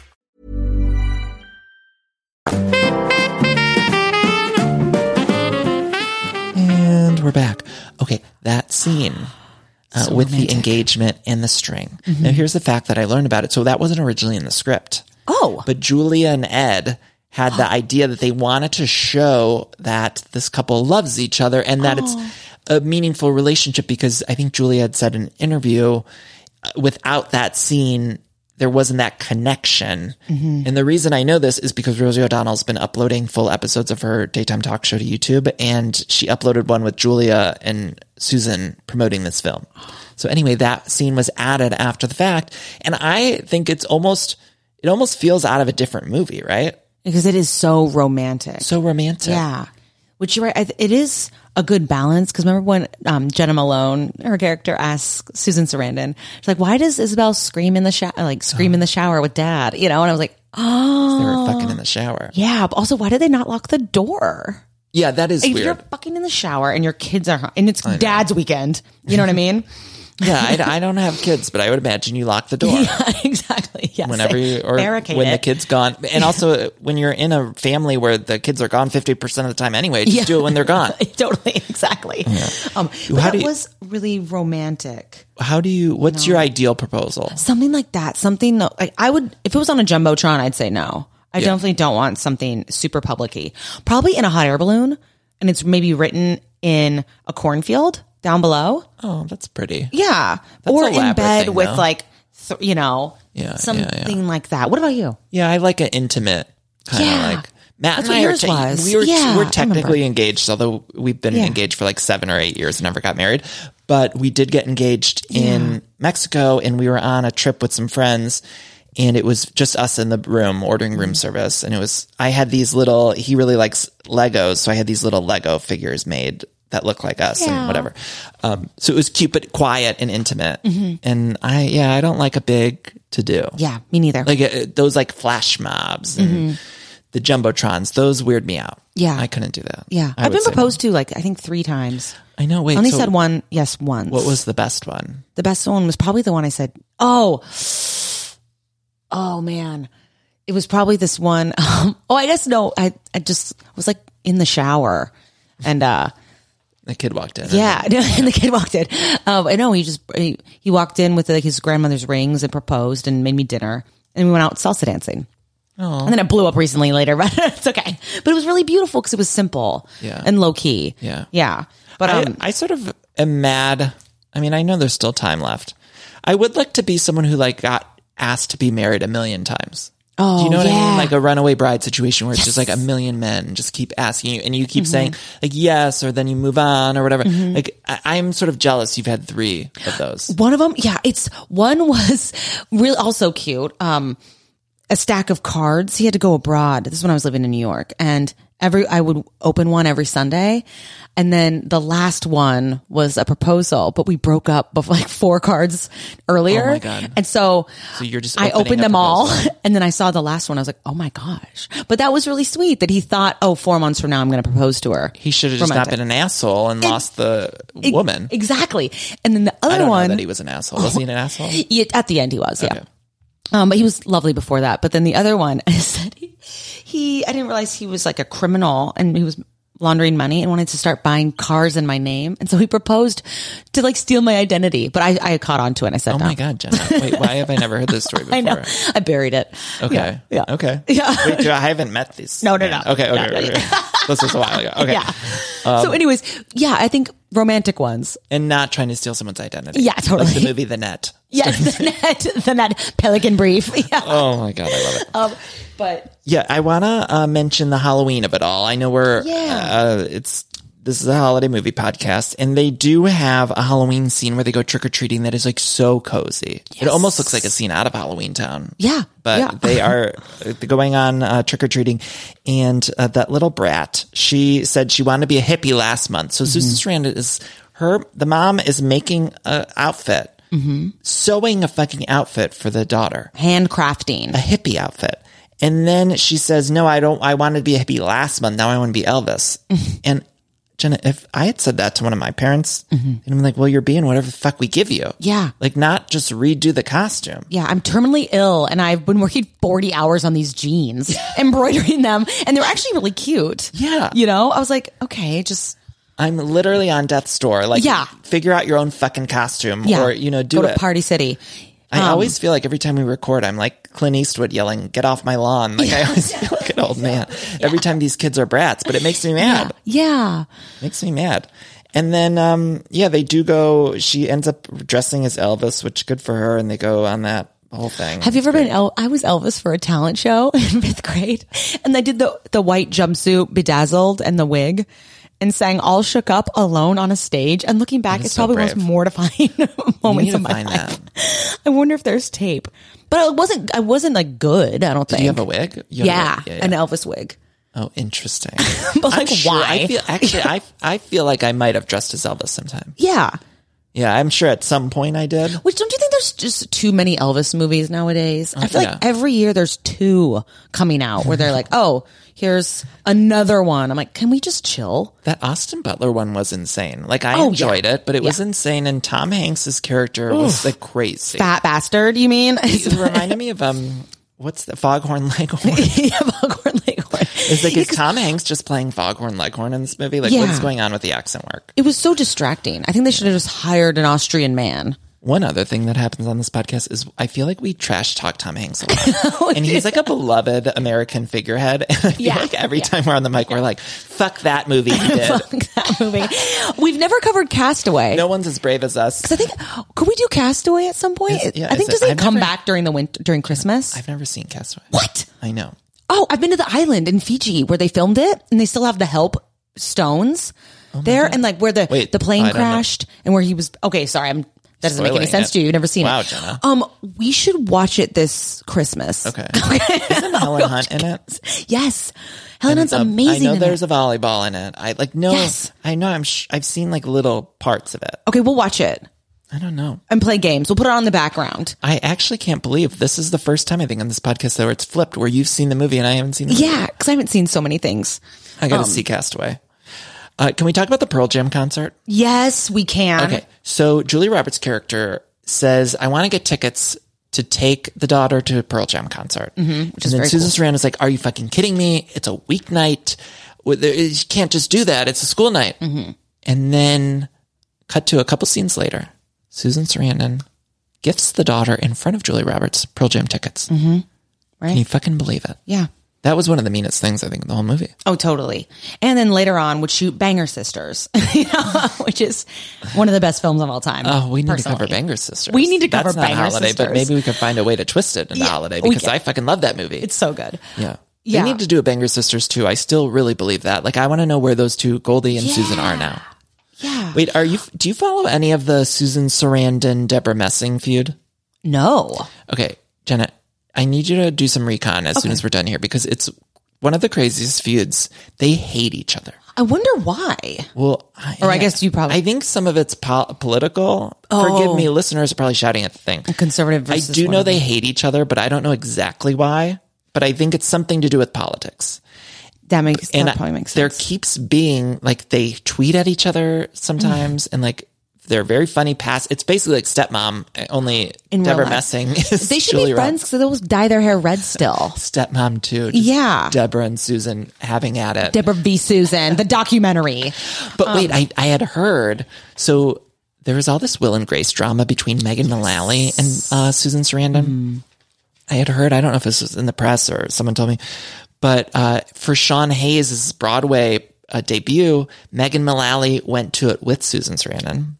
And we're back. Okay, that scene uh,
Mm-hmm.
with the engagement and the string. Now, here's the fact that I learned about it. So, that wasn't originally in the script.
Oh.
But Julia and Ed had the idea that they wanted to show that this couple loves each other and that
Oh.
it's a meaningful relationship because I think Julia had said in an interview uh, without that scene, there wasn't that connection.
Mhm.
And the reason I know this is because Rosie O'Donnell's been uploading full episodes of her daytime talk show to YouTube, and she uploaded one with Julia and Susan promoting this film. So anyway, that scene was added after the fact, and I think it's almost it almost feels out of a different movie, right?
Because it is so romantic.
So romantic.
Yeah. Which you're right. I th- It is a good balance. Cause remember when, um, Jenna Malone, her character asks Susan Sarandon, she's like, why does Isabel scream in the shower, like scream in
Uh-huh.
the shower with dad? You know? And I was like, oh,
They were fucking in the shower.
yeah. But also, why did they not lock the door?
Yeah, that is
if you're
weird.
fucking in the shower and your kids are, hu- and it's dad's weekend. You know what I mean? *laughs*
yeah, I, I don't have kids, but I would imagine you lock the
*laughs*
door.
exactly.
*laughs*
Yes.
whenever you or
barricade
when the
it.
kid's gone and also when you're in a family where the kids are gone 50% of the time anyway just
Yeah.
do it when they're gone
*laughs* totally. Exactly. Um, but
How
that
do you-
was really romantic.
how do you what's your ideal proposal
Something like that. Something like I would, if it was on a jumbotron, I'd say no. I
Yeah.
definitely don't want something super publicy. Probably in a hot air balloon, and it's maybe written in a cornfield down below.
oh that's pretty
Yeah,
That's
or
an
in
elaborate
bed
thing,
with
though.
like, th- you know,
Yeah, yeah,
something like that. What about you?
yeah i like an intimate kind of
Yeah.
like Matt
That's
and
what
I are
yours
te-
was.
we were
Yeah, I
we're
remember.
technically engaged, although we've been
Yeah.
engaged for like seven or eight years and never got married. But we did get engaged in Mexico, and we were on a trip with some friends, and it was just us in the room ordering
Mm-hmm.
room service. And it was I had these little. He really likes Legos, so I had these little Lego figures made that look like us and
Yeah.
whatever. Um, so it was cute, but quiet and intimate. And I, yeah, I don't like a big to do.
Mm-hmm. Yeah, me neither.
Like uh, those like flash mobs and the jumbotrons, those weird me out.
Mm-hmm. Yeah.
I couldn't do that.
yeah,
I
I've
would
been
say no.
proposed to like I think three times.
I know. Wait,
I only
so
said one. Yes, once.
What was the best one?
The best one was probably the one I said, oh, oh man. It was probably this one. *laughs* Um, oh, I guess no. I, I just was like in the shower and, uh,
The kid walked in. and-
yeah, *laughs* and the kid walked in. Um, I know he just, he, he walked in with like his grandmother's rings and proposed and made me dinner and we went out salsa dancing.
Oh.
And then it blew up recently later, *laughs* but it's okay. But it was really beautiful because it was simple
Yeah.
and low key.
Yeah.
Yeah. But,
I,
um,
I sort of am mad. I mean, I know there's still time left. I would like to be someone who like got asked to be married a million times. Do
Oh,
you know what I mean?
yeah.
Like a runaway bride situation where it's just like a million men just keep asking you and you
Mm-hmm.
keep saying like yes, or then you move on or whatever. Like I, I'm sort of jealous you've had three of those.
One of them, yeah, it's one was really also cute. Um, a stack of cards. He had to go abroad. This is when I was living in New York, and every I would open one every Sunday, and then the last one was a proposal. But we broke up before, like four cards earlier.
Oh my God.
And so,
So you're just
I
opening
opened
a
them all, *laughs*
proposal.
and then I saw the last one. I was like, oh my gosh! But that was really sweet that he thought, oh, four months from now I'm going to propose to her.
He should have just
Romantic.
not been an asshole and lost the
E-
woman.
exactly. And then the other
I don't
one
know that he was an asshole. Was he an asshole?
Yeah, at the end *gasps* he was, yeah. Um, but he was lovely before that. But then the other one, *laughs* I said he, he, I didn't realize he was like a criminal and he was laundering money and wanted to start buying cars in my name. And so he proposed to like steal my identity, but I, I caught on to it and I said,
Oh
no.
my god, Jenna! Wait, why have I never heard this story before?
*laughs* I know. I buried it.
Okay.
Yeah. yeah.
Okay.
*laughs* Yeah.
Wait, do I I haven't met these.
No, no,
men.
no.
Okay. Okay.
No, no,
okay,
yeah.
okay. *laughs* this was a while ago. Okay.
Yeah.
Um,
so anyways, yeah, I think
*laughs*
romantic ones.
And not trying to steal someone's identity.
Yeah, totally.
Like the movie The Net.
Yes. *laughs* the net, the net pelican brief. *laughs* Yeah.
Oh my god, I love it.
Um, but
Yeah, I wanna uh, mention the Halloween of it all. I know we're
Yeah.
uh, it's this is a holiday movie podcast, and they do have a Halloween scene where they go trick or treating that is like so cozy. It almost looks like a scene out of Halloween Town.
yeah.
but
yeah.
they are going on uh, trick or treating. And uh, that little brat, she said she wanted to be a hippie last month. So
Mm-hmm.
Susan Sarandon is her. The mom is making a outfit,
Mm-hmm.
sewing a fucking outfit for the daughter,
handcrafting.
a hippie outfit. And then she says, "No, I don't. I wanted to be a hippie last month. Now I want to be Elvis."
Mm-hmm.
and Jenna, if I had said that to one of my parents, and I'm like, "Well, you're being whatever the fuck we give you."
Mm-hmm. Yeah.
like not just redo the costume.
Yeah, I'm terminally ill and I've been working 40 hours on
*laughs*
these jeans, *laughs* embroidering them, and they're actually really cute.
Yeah.
You know, I was like, okay, just
I'm literally on death's door. Like,
Yeah.
figure out your own fucking costume,
yeah.
or you know, do
Go
it.
to Party City.
I
Um,
always feel like every time we record, I'm like Clint Eastwood yelling, "Get off my lawn!" Like I always feel like an old
*laughs*
man every time these kids are brats, but it makes me mad.
Yeah.
Makes me mad. And then, um, yeah, they do go. She ends up dressing as Elvis, which good for her. And they go on that whole thing.
Have you ever been? El- I was Elvis for a talent show *laughs* in fifth grade, and I did the the white jumpsuit, bedazzled, and the wig, and sang "All Shook Up" alone on a stage. And looking back,
That is
it's
so
probably the most
brave.
mortifying *laughs* moments
to
of my
find
life.
that.
*laughs* I wonder if there's tape, but it wasn't. I wasn't like good. I don't
Did
think.
you have a wig? You had a
yeah,
wig. Yeah, yeah.
an Elvis wig.
Oh, interesting.
*laughs* But like, why?
I feel actually, I I feel like I might have dressed as Elvis sometime.
Yeah.
Yeah, I'm sure at some point I did.
Which don't you think there's just too many Elvis movies nowadays? I feel
Oh, yeah.
like every year there's two coming out where they're like, oh, here's another one. I'm like, can we just chill?
That Austin Butler one was insane. Like I
Oh, yeah.
enjoyed it, but it was insane. And Tom Hanks's character was like crazy.
Fat bastard, you
*laughs*
mean?
It reminded me of um, what's the Foghorn Leghorn?
*laughs* yeah, Foghorn Leghorn.
It's like is Tom Hanks just playing Foghorn Leghorn in this movie? Like
Yeah.
what's going on with the accent work?
It was so distracting. I think they should have just hired an Austrian man.
One other thing that happens on this podcast is I feel like we trash talk Tom Hanks a
*laughs*
lot. and he's like a beloved American figurehead. *laughs* And I feel
Oh, Yeah.
like every time we're on the mic, we're like, fuck that movie
*laughs*
he did.
Fuck that movie. We've never covered Castaway.
no one's as brave as us.
I think could we do Castaway at some point?
Is- yeah,
I think
is it-
does it
I've
come
never-
back during the winter during Christmas?
I've never seen Castaway.
what?
I know.
Oh, I've been to the island in Fiji where they filmed it and they still have the help stones there and like where the
Wait,
the
I
plane
don't know.
crashed and where he was okay, sorry, I'm that doesn't make any
Spoiling
sense
it.
to you. You've never seen
Wow,
it.
Jenna.
Um, we should watch it this Christmas. *laughs*
Okay. Isn't Helen Hunt in it?
Yes. Helen Hunt's
Um,
amazing.
I know
in
there's
it.
a volleyball in it. I like no.
Yes.
I know. I'm. Sh- I've seen like little parts of it.
okay, we'll watch it
I don't know.
and play games. We'll put it on the background.
I actually can't believe this is the first time I think on this podcast that where it's flipped, where you've seen the movie and I haven't seen. it.
Yeah, because I haven't seen so many things.
I got to see Castaway. Uh, can we talk about the Pearl Jam concert?
Yes, we can.
Okay. So Julie Roberts' character says, "I want to get tickets." To take the daughter to a Pearl Jam concert, mm-hmm,
is
and then
very
Susan Sarandon's like, "Are you fucking kidding me? It's a weeknight. Well, there- You can't just do that. It's a school night."
Mm-hmm.
And then cut to a couple scenes later, Susan Sarandon gifts the daughter in front of Julie Roberts Pearl Jam tickets. Mm-hmm.
Right.
Can you fucking believe it?
Yeah.
That was one of the meanest things I think in the whole movie.
Oh, totally. And then later on would shoot Banger Sisters, *laughs* you know, which is one of the best films of all time.
Oh, we need
personally.
to cover Banger Sisters.
We need to cover
That's not a
Banger
holiday,
Sisters.
but maybe we could find a way to twist it into
Yeah,
holiday
we
because
can.
I fucking love that movie.
It's so good.
yeah.
Yeah.
They need to do a Banger Sisters too. I still really believe that. Like, I want to know where those two, Goldie and Susan, are now.
Yeah.
Wait, are you? Do you follow any of the Susan Sarandon Deborah Messing feud?
No.
Okay, Jenna, I need you to do some recon as soon as we're done here because it's one of the craziest feuds. They hate each other.
I wonder why.
Well, I,
Or I guess you probably- Oh.
I think some of it's pol- political. Forgive me, listeners are probably shouting at the thing.
Conservative
I
versus
do
one
know
of
they
them.
hate each other, but I don't know exactly why. But I think it's something to do with politics.
That makes
And
that probably makes
there
sense.
keeps being like they tweet at each other sometimes,
Mm.
and like they're very funny. Pass. It's basically like stepmom, only
In real
Deborah
life.
Messing. Is
They should
Julie
be friends
Roberts.
because they always dye their hair red still. *laughs*
Stepmom too. Just
Yeah.
Deborah and Susan having at it.
Deborah v. Susan, the documentary.
But
um,
wait, I, I had heard so there was all this Will and Grace drama between Megan Mullally and uh, Susan Sarandon.
Mm.
I had heard, I don't know if this was in the press or someone told me, but uh, for Sean Hayes' Broadway uh, debut, Megan Mullally went to it with Susan Sarandon.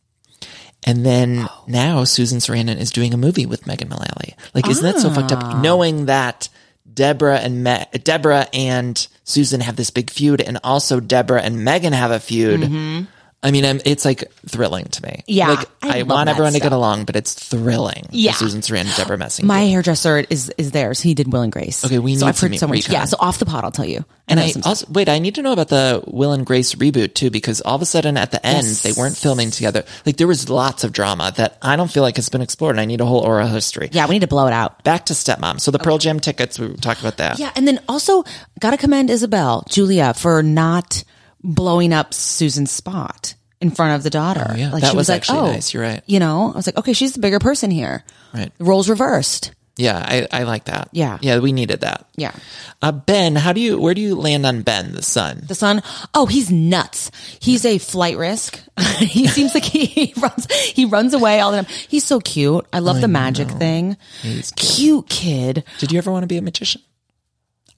And then now Susan Sarandon is doing a movie with Megan Mullally. Like, isn't that so fucked
Ah.
up? Knowing that Deborah and Me- Deborah and Susan have this big feud, and also Deborah and Megan have a feud. I mean, I'm, it's like thrilling to me.
Mm-hmm. Yeah,
like
I
I,
love
want
that
everyone to
stuff.
get along, but it's thrilling. the
Yeah.
Susan Sarandon, and Deborah Messing.
My
feud.
hairdresser is is theirs. He did Will and Grace.
Okay, we
so
need
I've
to
heard
meet
so much.
Recon.
Yeah, so off the pot, I'll tell you.
And
know
I
some stuff.
also wait. I need to know about the Will and Grace reboot too, because all of a sudden at the end
Yes.
they weren't filming together. Like there was lots of drama that I don't feel like has been explored. And I need a whole oral history.
yeah, we need to blow it out.
Back to Stepmom. So the Pearl Jam tickets. We talked about that.
Yeah, and then also gotta commend Isabel Julia for not blowing up Susan's spot in front of the daughter.
Oh,
"Oh,"
yeah, that was actually nice. You're right.
You know, I was like, okay, she's the bigger person here.
Right.
The roles reversed.
Yeah, I, I like that.
Yeah.
Yeah, we needed that.
Yeah.
Uh, ben, how do you, where do you land on Ben, the son?
The son, oh, he's nuts. He's a flight risk. *laughs* he seems like he, he runs. He runs away all the time. He's so cute. I love the magic thing.
He's
cute. kid.
Did you ever want to be a magician?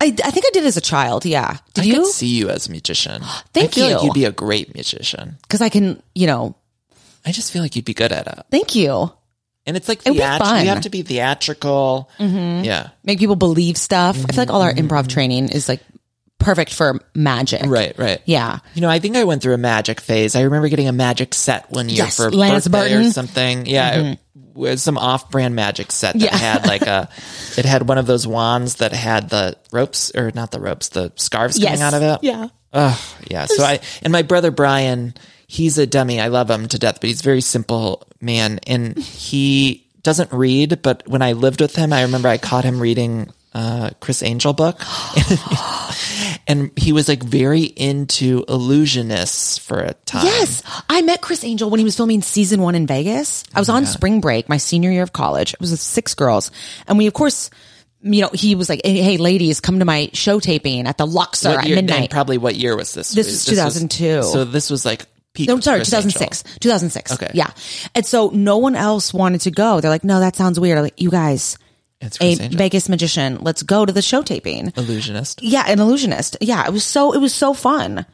I, I think I did as a child. Yeah. Did
I
you?
could see you as a magician.
*gasps* Thank
I feel Like
you.
you'd be a great magician.
Because I can, you know.
I just feel like you'd be good at it.
Thank you.
And it's like
It would be
theatri-
fun.
you have to be theatrical.
Mhm.
Yeah.
Make people believe stuff. I feel like all our improv training is like perfect for magic.
Mm-hmm. Right, right.
Yeah.
You know, I think I went through a magic phase. I remember getting a magic set one year
Yes,
for
Lance
birthday or
Burton.
something. Yeah, it was some off-brand magic set that
Yeah.
had like
*laughs*
a, it had one of those wands that had the ropes or not the ropes, the scarves
Yes.
coming out of it.
Yeah.
Oh, yeah. So I and my brother Brian, he's a dummy. I love him to death, but he's a very simple man and he doesn't read, but when I lived with him, I remember I caught him reading uh Chris Angel book. *laughs* and he was like very into illusionists for a time.
Yes, I met Chris Angel when he was filming season one in
Oh
Vegas. I was on spring break, my senior year of college. It was with six girls, and we, of course, you know, he was like, "Hey, hey, ladies, come to my show taping at the Luxor
What
at
year- and
midnight."
Probably what year was this?
This was 2002.
so this was like peak.
no, I'm sorry,
Criss
2006,
Angel.
2006.
Okay.
yeah. And so no one else wanted to go. They're like, "No, that sounds weird." I'm like, you guys,
It's
a
Chris Angel.
Vegas magician, let's go to the show taping.
Illusionist.
Yeah, an illusionist. Yeah, it was so it was so fun.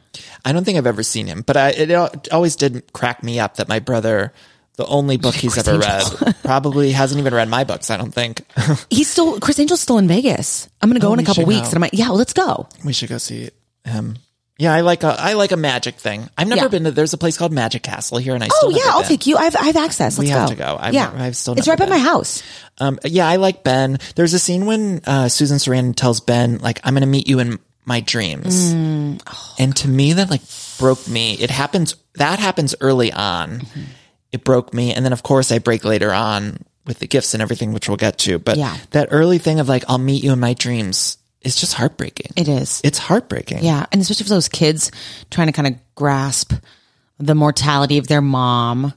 I don't think I've ever seen him, but I, it al- always did crack me up that my brother, the only book he's ever
*laughs*
read, probably hasn't even read my books. I don't think *laughs*
He's still Chris Angel's still in Vegas. I'm going to go
Oh,
in a
we
couple
should
weeks,
go.
and I'm like, "Yeah, well, let's go."
we should go see him. Yeah, I like a I like a magic thing. I've never
Yeah.
been to. There's a place called Magic Castle here, and I
Oh
still
yeah,
never
I'll
been.
take you. I have I have access. Let's
we
go.
have to go. I've,
yeah,
I've still.
It's
never
right by
been.
my house.
Um, yeah, I like Ben. There's a scene when uh, Susan Sarandon tells Ben, like, I'm going to meet you in my dreams.
Mm. Oh,
and to me, that like broke me. It happens, that happens early on.
Mm-hmm.
It broke me. And then, of course, I break later on with the gifts and everything, which we'll get to. But
Yeah.
that early thing of like, I'll meet you in my dreams is just heartbreaking.
It is.
It's heartbreaking.
Yeah, and especially for those kids trying to kind of grasp the mortality of their mom.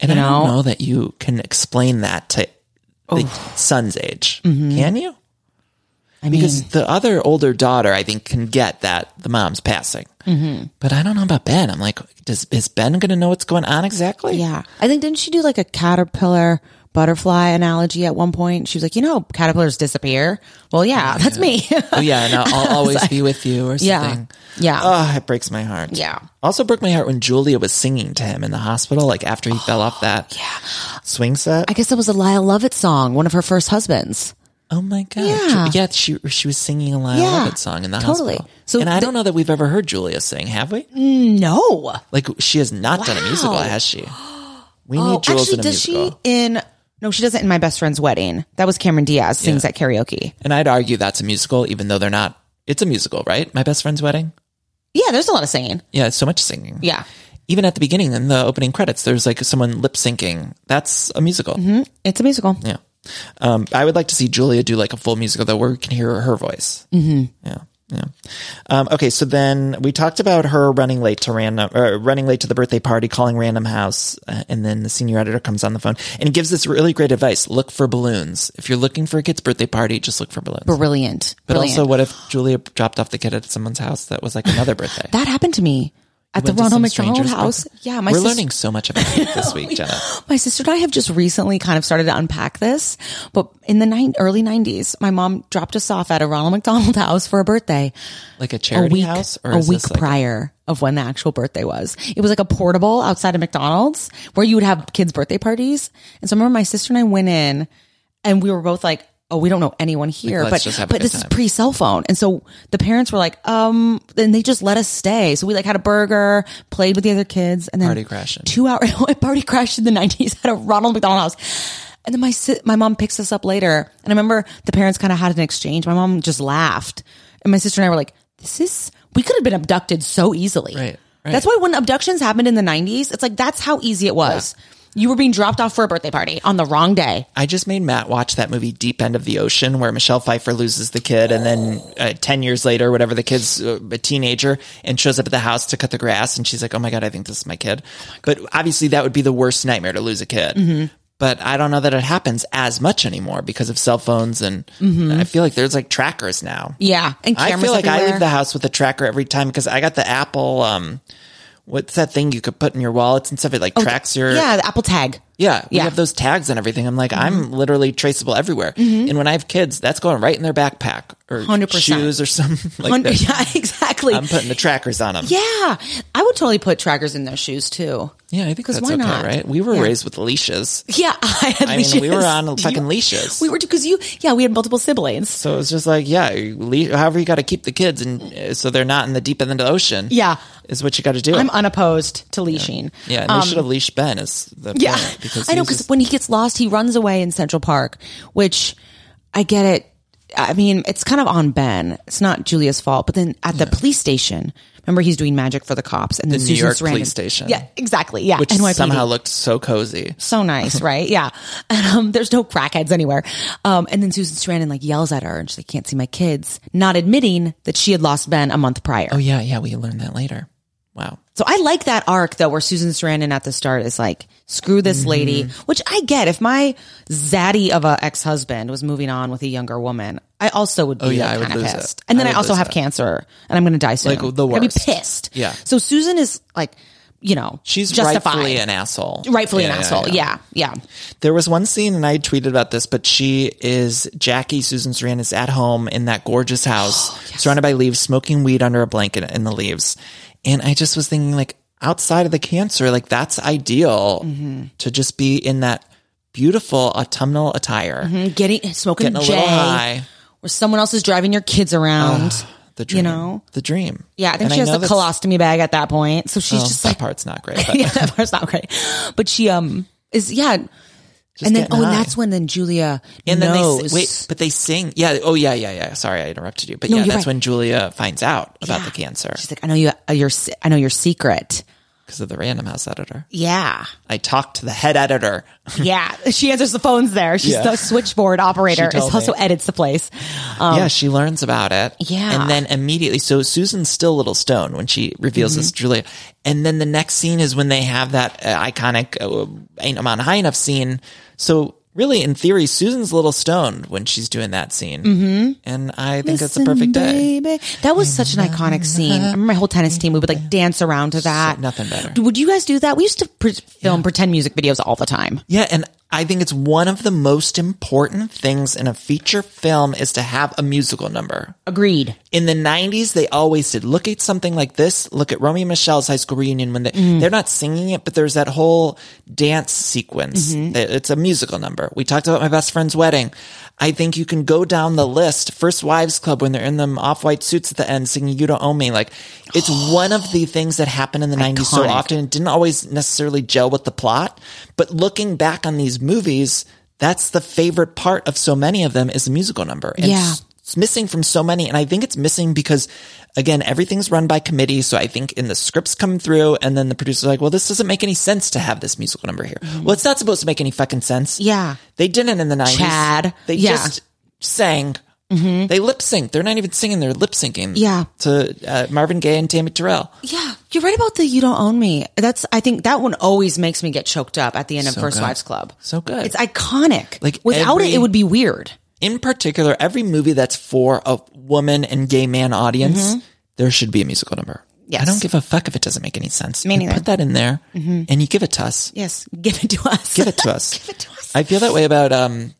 And
you
I
know,
don't know that you can explain that to the son's age.
Mm-hmm.
Can you?
I mean,
Because the other older daughter, I think, can get that the mom's passing.
Mm-hmm.
But I don't know about Ben. I'm like, does is Ben going to know what's going on exactly?
yeah, I think didn't she do like a caterpillar butterfly analogy at one point? She was like, you know, caterpillars disappear. Well, yeah, that's me. *laughs*
Oh, yeah, and I'll, I'll always be with you or something.
yeah, yeah,
Oh, it breaks my heart.
Yeah.
Also broke my heart when Julia was singing to him in the hospital, like after he fell off that swing set.
Oh, I guess that was a Lyle Lovett song, one of her first husbands.
oh my god.
Yeah.
Ju- yeah. She she was singing a Lyle
Yeah,
Lovett song in the
totally.
hospital.
So
and I
the-
don't know that we've ever heard Julia sing, have we?
No,
Like she has not done a musical,
Wow.
has
*gasps*
she? We
Oh,
need Jules
actually,
in a
does
musical.
she in? No, she doesn't. In my best friend's wedding, that was Cameron Diaz sings at karaoke.
And I'd argue that's a musical, even though they're not. It's a musical, right? My best friend's wedding.
Yeah, there's a lot of singing.
Yeah, it's so much singing.
Yeah,
Even at the beginning in the opening credits, there's like someone lip syncing. That's a musical.
it's a musical.
Yeah. Um, I would like to see Julia do like a full musical though, where we can hear her voice. Mm-hmm. Yeah. Yeah. Um, okay. So then we talked about her running late to random, or running late to the birthday party, calling Random House, uh, and then the senior editor comes on the phone and gives this really great advice: look for balloons. If you're looking for a kid's birthday party, just look for balloons.
Brilliant.
But
Brilliant.
also, what if Julia dropped off the kid at someone's house that was like another birthday?
that happened to me at the
Went to
Ronald
some
McDonald
stranger's
House.
birthday?
Yeah, my
we're
sis-
learning so much about you
*laughs*
this week, Jenna.
My sister and I have just recently kind of started to unpack this, but in the nine, early '90s, my mom dropped us off at a Ronald McDonald *laughs* House for a birthday,
Like a
a
charity
week,
house, or
a
is
week
this like
prior of when the actual birthday was. It was like a portable outside of McDonald's where you would have kids' birthday parties. And so I remember my sister and I went in, and we were both like. Oh, we don't know anyone here,
let's
but
just have a
but
good
this is
time.
pre cell phone, and so the parents were like, um, then they just let us stay. So we like had a burger, played with the other kids, and then
Party crashing.
two hour *laughs* I party crashed in the nineties at a Ronald McDonald House. And then my si- my mom picks us up later, and I remember the parents kind of had an exchange. My mom just laughed, and my sister and I were like, "This is we could have been abducted so easily."
Right, right.
That's why when abductions happened in the nineties, it's like that's how easy it was. You were being dropped off for a birthday party on the wrong day.
I just made Matt watch that movie Deep End of the Ocean, where Michelle Pfeiffer loses the kid, and then uh, ten years later, whatever the kid's uh, a teenager and shows up at the house to cut the
Oh Mm-hmm.
grass, and she's like, "Oh my god, I think this is my kid." But obviously, that would be the worst nightmare to lose a kid. But I don't know that it happens as much anymore because of cell phones and
Mhm.
I feel like there's like trackers now.
Yeah, and
I
cameras
feel like I
everywhere.
leave the house with a tracker every time because I got the Apple. Um, what's that thing you could put in your wallets and stuff? It like tracks your
Oh, yeah, the Apple Tag.
yeah. We
Yeah. Mm-hmm.
have those tags and everything. I'm like I'm literally traceable everywhere.
Mhm.
And when I have kids, that's going right in their backpack or
100%.
shoes or *laughs* something like
*laughs* Hundred-
that.
yeah, exactly.
I'm putting the trackers on them.
yeah, I would totally put trackers in their shoes too.
Yeah, I think
because
that's
why
okay,
not?
right? We were
Yeah.
raised with leashes.
Yeah, *laughs* I had
I
leashes.
mean, we were on fucking
You-
leashes.
We were because you. Yeah, we had multiple siblings.
So it's just like, yeah, you le- however you got to keep the kids and uh, so they're not in the deep end of the ocean.
Yeah.
is what you got to do.
I'm unopposed to leashing.
yeah, and
Um,
they should have leashed Ben as the
Yeah,
parent because
*laughs* I know
he's
because
just-
when he gets lost, he runs away in Central Park, which I get it. I mean, it's kind of on Ben. It's not Julia's fault. But then at the police station, remember he's doing magic for the cops and
The
then
New
Susan
York
Sarandon-
police station.
Yeah, exactly. Yeah,
which
NYPD.
somehow looked so cozy. *laughs*
so nice, right? Yeah. And um, there's no crackheads anywhere. Um, and then Susan Sarandon like yells at her and she's like, "Can't see my kids," not admitting that she had lost Ben a month prior.
Oh yeah, yeah, we learned that later. Wow.
So I like that arc though, where Susan Sarandon at the start is like, screw
Mm-hmm.
this lady, which I get. If my zaddy of a ex husband was moving on with a younger woman, I also would be
Oh, yeah, I would
kind of
lose
pissed.
it.
And
I
then I,
would
also
lose
have
it.
cancer and I'm going to die soon.
Like, the
I'd be
worst.
pissed.
Yeah.
So Susan is like, you know,
She's
justified.
rightfully an asshole.
Rightfully an
Yeah, yeah,
asshole.
yeah.
Yeah. Yeah.
There was one scene, and I had tweeted about this, but she is Jackie Susan Sarandon is at home in that
*gasps*
gorgeous
Oh,
house, surrounded by leaves, smoking weed under a blanket in the leaves. And I just was thinking, like, outside of the cancer, like that's ideal
Mm-hmm.
to just be in that beautiful autumnal attire,
Mhm. Getting, smoking
getting a
J,
little high.
where someone else is driving your kids around.
The dream,
know?
the dream.
yeah. I think
And
she has the
know that's- Oh.
colostomy bag at that point. So she's
well,
just
that
like, *laughs*
part's not great. But
yeah, that part's not great. But she um is yeah. and then
getting
oh, and
high.
that's when then Julia
And then
knows.
they s- wait, but they sing. Yeah. Oh, yeah, yeah, yeah. Sorry, I interrupted you. But
No,
yeah,
you're
that's
right.
when Julia finds out about
*gasps*
the cancer
She's like, I know you. Uh, your se- I know your secret.
because of the Random House editor.
Yeah,
I talked to the head editor.
*laughs* yeah. she answers the phones there. She's
Yeah.
the switchboard operator.
She
Is
told
also
me.
edits the place. Um,
yeah, she learns about it.
Yeah.
And then immediately, so Susan's still a little stoned when she reveals
Mm-hmm.
this to Julia. And then the next scene is when they have that uh, iconic uh, Ain't I'm on High Enough scene. So, really, in theory, Susan's a little stoned when she's doing that scene. Mm-hmm. And I think it's a
Listen,
perfect day.
baby. That was such an iconic scene. I remember my whole tennis team. We would like dance around to that.
nothing better.
Would you guys do that? We used to pre- film pretend music videos all the time.
Yeah, and I think it's one of the most important things in a feature film is to have a musical number.
Agreed.
In the 90s, they always did. Look at something like this. Look at Romeo and Michelle's high school reunion when they,
Mm.
they're not singing it, but there's that whole dance sequence.
Mm-hmm.
It- It's a musical number. We talked about my best friend's wedding. I think you can go down the list. First Wives Club, when they're in them off white suits at the end singing You Don't Own Me. Like, it's
*gasps*
one of the things that happened in the 90s so
Iconic.
often. It didn't always necessarily gel with the plot. But looking back on these movies, that's the favorite part of so many of them is the musical number. And
Yeah.
s- It's missing from so many. And I think it's missing because, again, everything's run by committee. So I think in the scripts come through, and then the producer's like, well, this doesn't make any sense to have this musical number here. Well, it's not supposed to make any fucking sense.
Mm-hmm. Yeah.
They didn't in the 90s.
Chad.
They
Yeah. Mm-hmm.
just sang. They lip sync. They're not even singing, they're lip syncing.
Yeah.
To uh, Marvin Gaye and Tammy Terrell.
Yeah, you're right about the "You Don't Own Me." That's I think that one always makes me get choked up at the end of
So
First
good.
Wives Club.
So good.
It's iconic.
Like
Like without
every-
it, it would be weird.
in particular, every movie that's for a woman and gay man audience, there should be a musical number.
Mm-hmm. Yes.
I don't give a fuck if it doesn't make any sense.
Me
You
neither. Mm-hmm.
put that in there and you give it to us.
Yes, give it to us.
Give it to
*laughs*
us. give it to us. I feel that way about um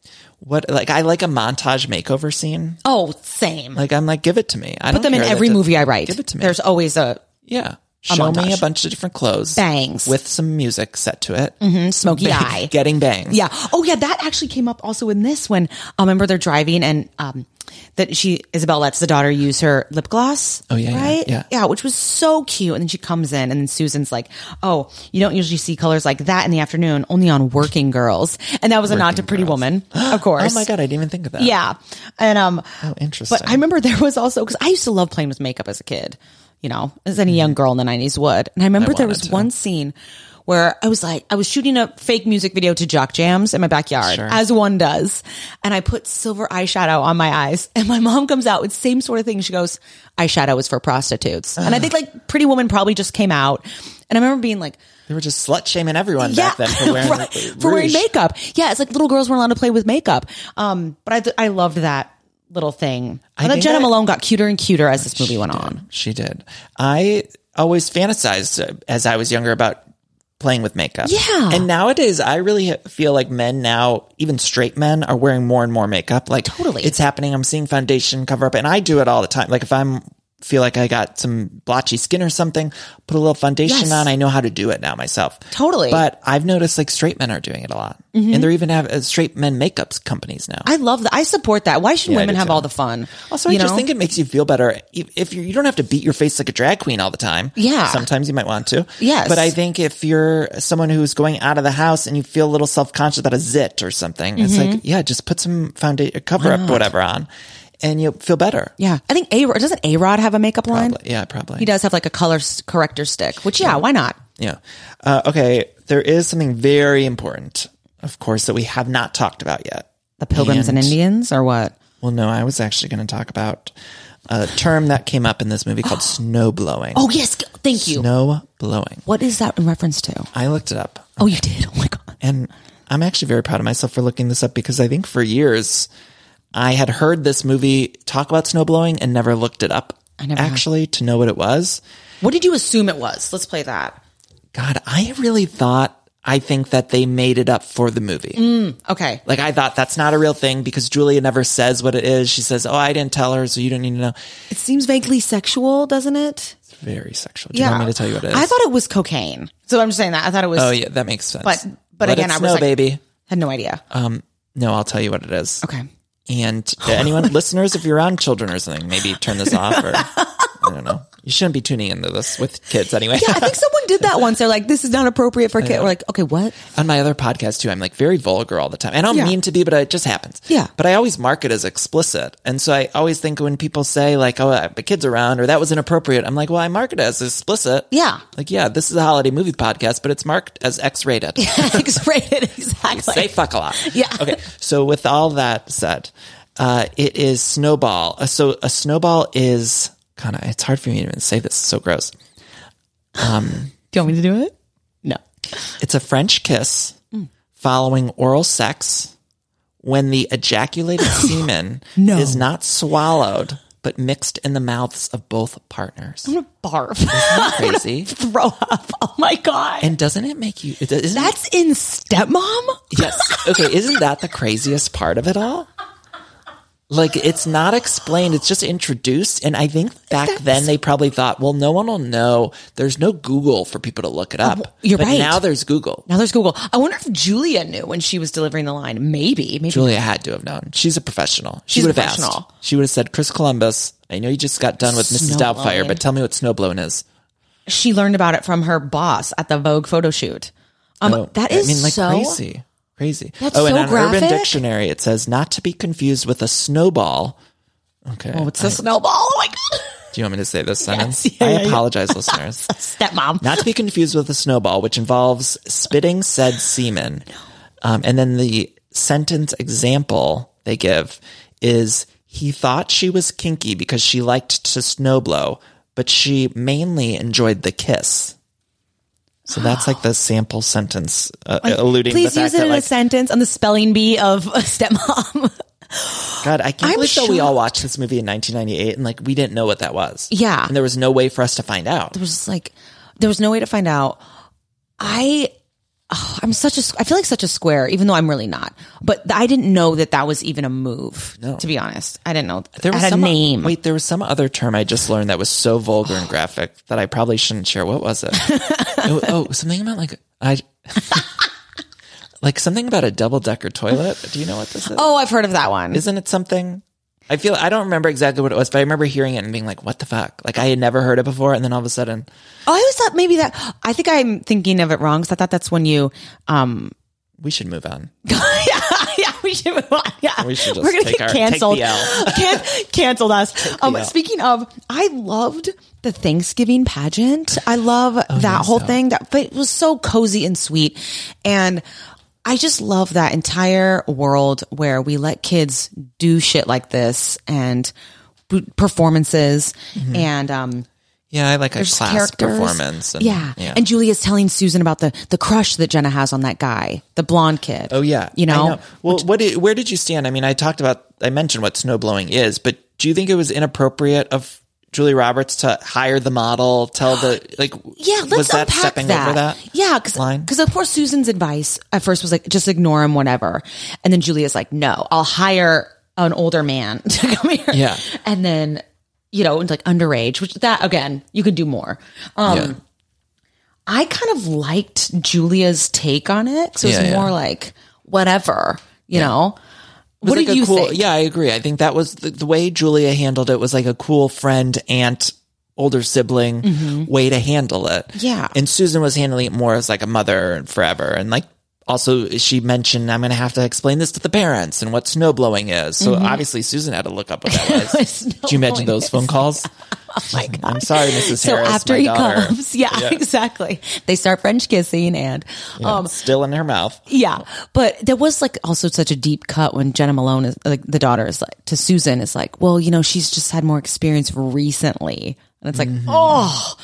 what like I like a montage makeover scene.
oh, same.
Like I'm like, give it to me. I don't
Put them in
care that
every
it-
movie I write.
Give it to me.
There's always a
yeah.
a
Show me
montage.
a bunch of different clothes.
Bangs.
With some music set to it.
mm,
*laughs*
smoky eye.
Getting bangs.
Yeah. Oh, yeah. That actually came up also in this when I remember they're driving and um, that she Isabel lets the daughter use her lip gloss.
Oh, yeah, yeah,
right.
yeah.
which was so cute. And then she comes in, and then Susan's like, "Oh, you don't usually see colors like that in the afternoon, only on working girls." And that was a nod to Pretty Woman,
*gasps*
of course.
Oh my god, I didn't even think of that.
Yeah. And um,
Oh, interesting.
but I remember there was also because I used to love playing with makeup as a kid, you know, as any young girl in the nineties would. And I remember there was
Mm-hmm. wanted to.
one scene where I was like, I was shooting a fake music video to Jock Jams in my backyard, as one does, and I put silver eyeshadow on my eyes, and my mom comes out with same sort of thing. She goes, "Eyeshadow is for prostitutes," and I think like Pretty Woman probably just came out. And I remember being like,
They were just slut shaming everyone back then
*laughs*
for wearing,
right, for wearing
rouge.
makeup. Yeah, it's like little girls weren't allowed to play with makeup. Um, but I, th- I loved that little thing.
I
And then
think
Jenna
that-
Malone got cuter and cuter as this movie went on.
She did. I always fantasized uh, as I was younger about playing with makeup.
Yeah.
And nowadays, I really feel like men now, even straight men, are wearing more and more makeup. Like
Totally.
it's happening. I'm seeing foundation cover up, and I do it all the time. Like if I'm feel like I got some blotchy skin or something, put a little foundation
Yes.
on. I know how to do it now myself.
Totally.
But I've noticed like straight men are doing it a lot,
Mhm.
and they're even have uh, straight men makeups companies now.
I love that. I support that. Why should
Yeah, I
women
do
have
too.
all the fun?
Also,
you
I just
know?
think it makes you feel better if, if you you don't have to beat your face like a drag queen all the time.
Yeah.
sometimes you might want to.
Yes.
but I think if you're someone who's going out of the house and you feel a little self conscious about a zit or something, it's
Mhm.
like yeah, just put some foundation, cover
Wow.
up, whatever on, and you'll feel better.
yeah, I think A Rod doesn't A Rod have a makeup line?
Yeah, probably.
He does have like a color s- corrector stick, which yeah, why not?
Yeah. Uh, okay, there is something very important, of course, that we have not talked about yet.
The Pilgrims and Indians, or what?
Well, no, I was actually going to talk about a term that came up in this movie
*gasps*
called snow blowing.
Oh yes, g- thank you.
Snow blowing.
What is that in reference to?
I looked it up.
Oh, you did. Oh my god.
And I'm actually very proud of myself for looking this up because I think for years I had heard this movie talk about snowblowing and never looked it up. I
never have.
actually to know what it was.
What did you assume it was? Let's play that.
God, I really thought I think that they made it up for the movie.
Mm. Okay.
Like I thought that's not a real thing because Julia never says what it is. She says, "Oh, I didn't tell her, so you don't need to know."
It seems vaguely sexual, doesn't it?
It's very sexual. Do you want me to tell you what it is?
I thought it was cocaine. So I'm just saying that. I thought it was.
oh yeah, that makes sense.
But but
Let it
again, I was
snow,
like,
baby.
had no idea.
Um, no, I'll tell you what it is.
Okay.
And to
*laughs*
anyone, listeners, if you're around children or something, maybe turn this off or I don't know. You shouldn't be tuning into this with kids anyway.
Yeah, I think someone did that once. They're like, "This is not appropriate for a kid." We're like, "Okay, what?"
*laughs*
*laughs*
On my other podcast too, I'm like very vulgar all the time. I don't
Yeah.
mean to be, but it just happens.
Yeah.
But I always mark it as explicit. And so I always think when people say like, oh, the kid's around or that was inappropriate, I'm like, well, I mark it as explicit.
Yeah,
Like, yeah, this is a holiday movie podcast, but it's marked as X rated.
X-rated exactly.
Say fuck a lot.
*laughs* Yeah.
Okay. So with all that said, uh, it is snowball. Uh, So a snowball is kind of. It's hard for me to even say this. It's so gross. Um,
Do you want me to do it? No.
it's a French kiss
Mm.
following oral sex when the
*gasps*
ejaculated semen
No.
is not swallowed but mixed in the mouths of both
*laughs*
partners.
I'm gonna barf.
Crazy.
Throw up. Oh my god.
And doesn't it make you? it- Isn't
That's in stepmom.
Yes. Okay. Isn't that the craziest part of it all? Like it's not explained; it's just introduced, and I think back then they probably thought, "Well, no one will know." There's no Google for people to look it up.
you're
But
right.
Now there's Google.
Now there's Google. I wonder if Julia knew when she was delivering the line. Maybe. Maybe.
Julia had to have known. She's a professional. She
She's a
would have asked.
professional.
She would have said, "Chris Columbus, I know you just got done with Mrs.
Snowblowing.
Doubtfire, but tell me what snowblowing is."
She learned about it from her boss at the Vogue photo shoot. Um,
No,
that
Oh, I
is
mean, like
so
crazy, crazy.
That's
oh, and
so
on Urban
graphic.
Dictionary, it says not to be confused with a snowball. Okay.
Oh, it's a snowball. Oh my god. *laughs*
Do you want me to say this sentence?
yeah,
I
yeah, yeah.
apologize,
*laughs*
listeners.
Stepmom.
Not to be confused with a snowball, which involves spitting said semen. Um, and then the sentence example they give is he thought she was kinky because she liked to snowblow, but she mainly enjoyed the kiss. So that's like the sample sentence uh, alluding to
Please
the fact
use it
that
in a
like,
sentence on the spelling bee of *laughs* a stepmom.
God, I can't
I'm
believe that we all
shocked.
watched this movie in 1998 and like we didn't know what that was.
Yeah.
And there was no way for us to find out.
there was just like there was no way to find out. I oh, I'm such a I feel like such a square, even though I'm really not. But I didn't know that that was even a move.
No.
To be honest, I didn't know
There was
had
some
a name.
Wait, there was some other term I just learned that was so vulgar
*gasps*
and graphic that I probably shouldn't share. What was
*laughs*
it? oh, oh, something about like I *laughs* like something about a double decker toilet. Do you know what this is?
Oh, I've heard of that one.
Isn't it something? I feel I don't remember exactly what it was, but I remember hearing it and being like, "What the fuck?" Like I had never heard it before, and then all of a sudden,
oh, I always thought maybe that. I think I'm thinking of it wrong because I thought that's when you. um
we should move
*laughs*
on.
yeah, yeah, we should move on. Yeah,
We should just
we're gonna
take our-
get
take the
canceled.
L.
*laughs* Can- canceled us. Um,
L.
speaking of, I loved the Thanksgiving pageant. I love that whole thing. That but it was so cozy and sweet, and I just love that entire world where we let kids do shit like this and b- performances and um
Yeah, I like a
There's
class
characters.
performance. And,
yeah. and Julia's telling Susan about the the crush that Jenna has on that guy, the blonde kid.
oh yeah,
you
I
know,
Well, what? Did, where did you stand? I mean, I talked about, I mentioned what snowblowing is, but do you think it was inappropriate of Julie Roberts to hire the model, tell the like?
Yeah, let's
was that
unpack
stepping
that.
over that?
Yeah, because of course Susan's advice at first was like, just ignore him, whatever. And then Julia's like, no, I'll hire an older man *laughs* to come here.
Yeah.
And then, you know, it's like underage, which that again, you could do more. Um,
Yeah.
I kind of liked Julia's take on it. So it's
Yeah, yeah.
more like, whatever, you know?
It was
What
like
did
a
you
cool,
think?
Yeah, I agree. I think that was the, the way Julia handled it was like a cool friend, aunt, older sibling
Mhm.
way to handle it.
Yeah.
And Susan was handling it more as like a mother and forever. And like also she mentioned, I'm going to have to explain this to the parents and what snowblowing is. So
Mhm.
obviously Susan had to look up what *laughs*
*laughs*
that was. Did you imagine
Snowblowing
those phone calls?
my God.
I'm sorry, Mrs.
*laughs* So
Harris.
after
my
he
daughter.
*laughs* comes, yeah,
Yeah.
exactly. They start French kissing and,
Yeah,
um,
still in her mouth.
Yeah, but there was like also such a deep cut when Jenna Malone is like the daughter is like to Susan is like, well, you know, she's just had more experience recently, and it's like,
Mm-hmm.
oh,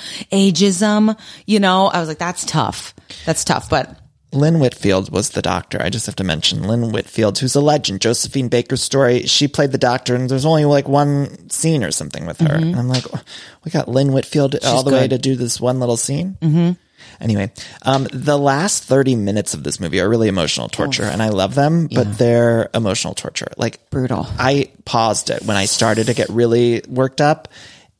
ageism. You know, I was like, that's tough. That's tough, but
Lynn Whitfield was the doctor. I just have to mention Lynn Whitfield, who's a legend. Josephine Baker's story. She played the doctor, and there's only like one scene or something with her.
Mhm.
And I'm like, we got Lynn Whitfield all the way
good.
to do this one little scene.
hmm
Anyway, um, the last 30 minutes of this movie are really emotional torture, and I love them,
Yeah.
but they're emotional torture. Like,
brutal.
I paused it when I started to get really worked up,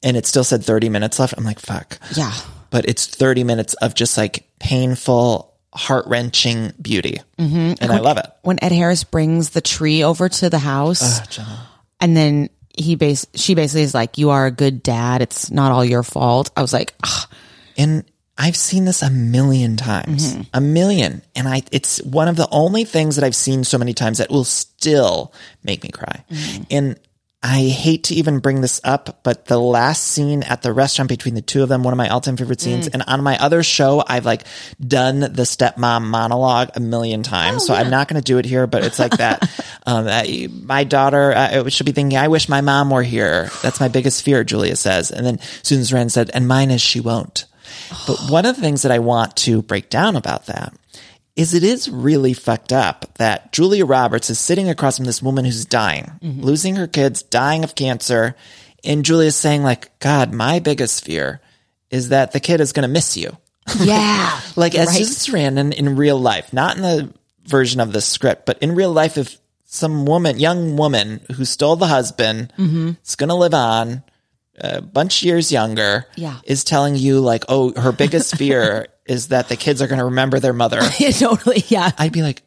and it still said 30 minutes left. I'm like, fuck
yeah,
but it's 30 minutes of just like painful, heart wrenching beauty.
hmm
And I love it.
when Ed Harris brings the tree over to the
Ah,
house, and then he base she basically is like, you are a good dad. It's not all your fault. I was like, *laughs* ah,
And I've seen this a million times,
Mhm.
a million. And I, it's one of the only things that I've seen so many times that will still make me cry. And I hate to even bring this up, but the last scene at the restaurant between the two of them, one of my all time favorite scenes.
Mm.
And on my other show, I've like done the stepmom monologue a million times. so I'm not going to do it here, but it's like that. um, I, my daughter uh, should be thinking, I wish my mom were here. That's my biggest fear, Julia says. And then Susan Sarandon said, and mine is she won't. But one of the things that I want to break down about that is it is really fucked up that Julia Roberts is sitting across from this woman who's dying,
Mm-hmm.
losing her kids, dying of cancer, and Julia's saying like, "God, my biggest fear is that the kid is going to miss you." *laughs*
yeah,
Like as
Right.
Susan Sarandon in real life, not in the version of the script, but in real life, if some woman, young woman who stole the husband,
Mhm.
is going to live on a bunch of years younger,
Yeah.
is telling you like, oh, her biggest
*laughs*
fear is that the kids are going to remember their mother.
yeah, totally, yeah. *laughs*
I'd be like,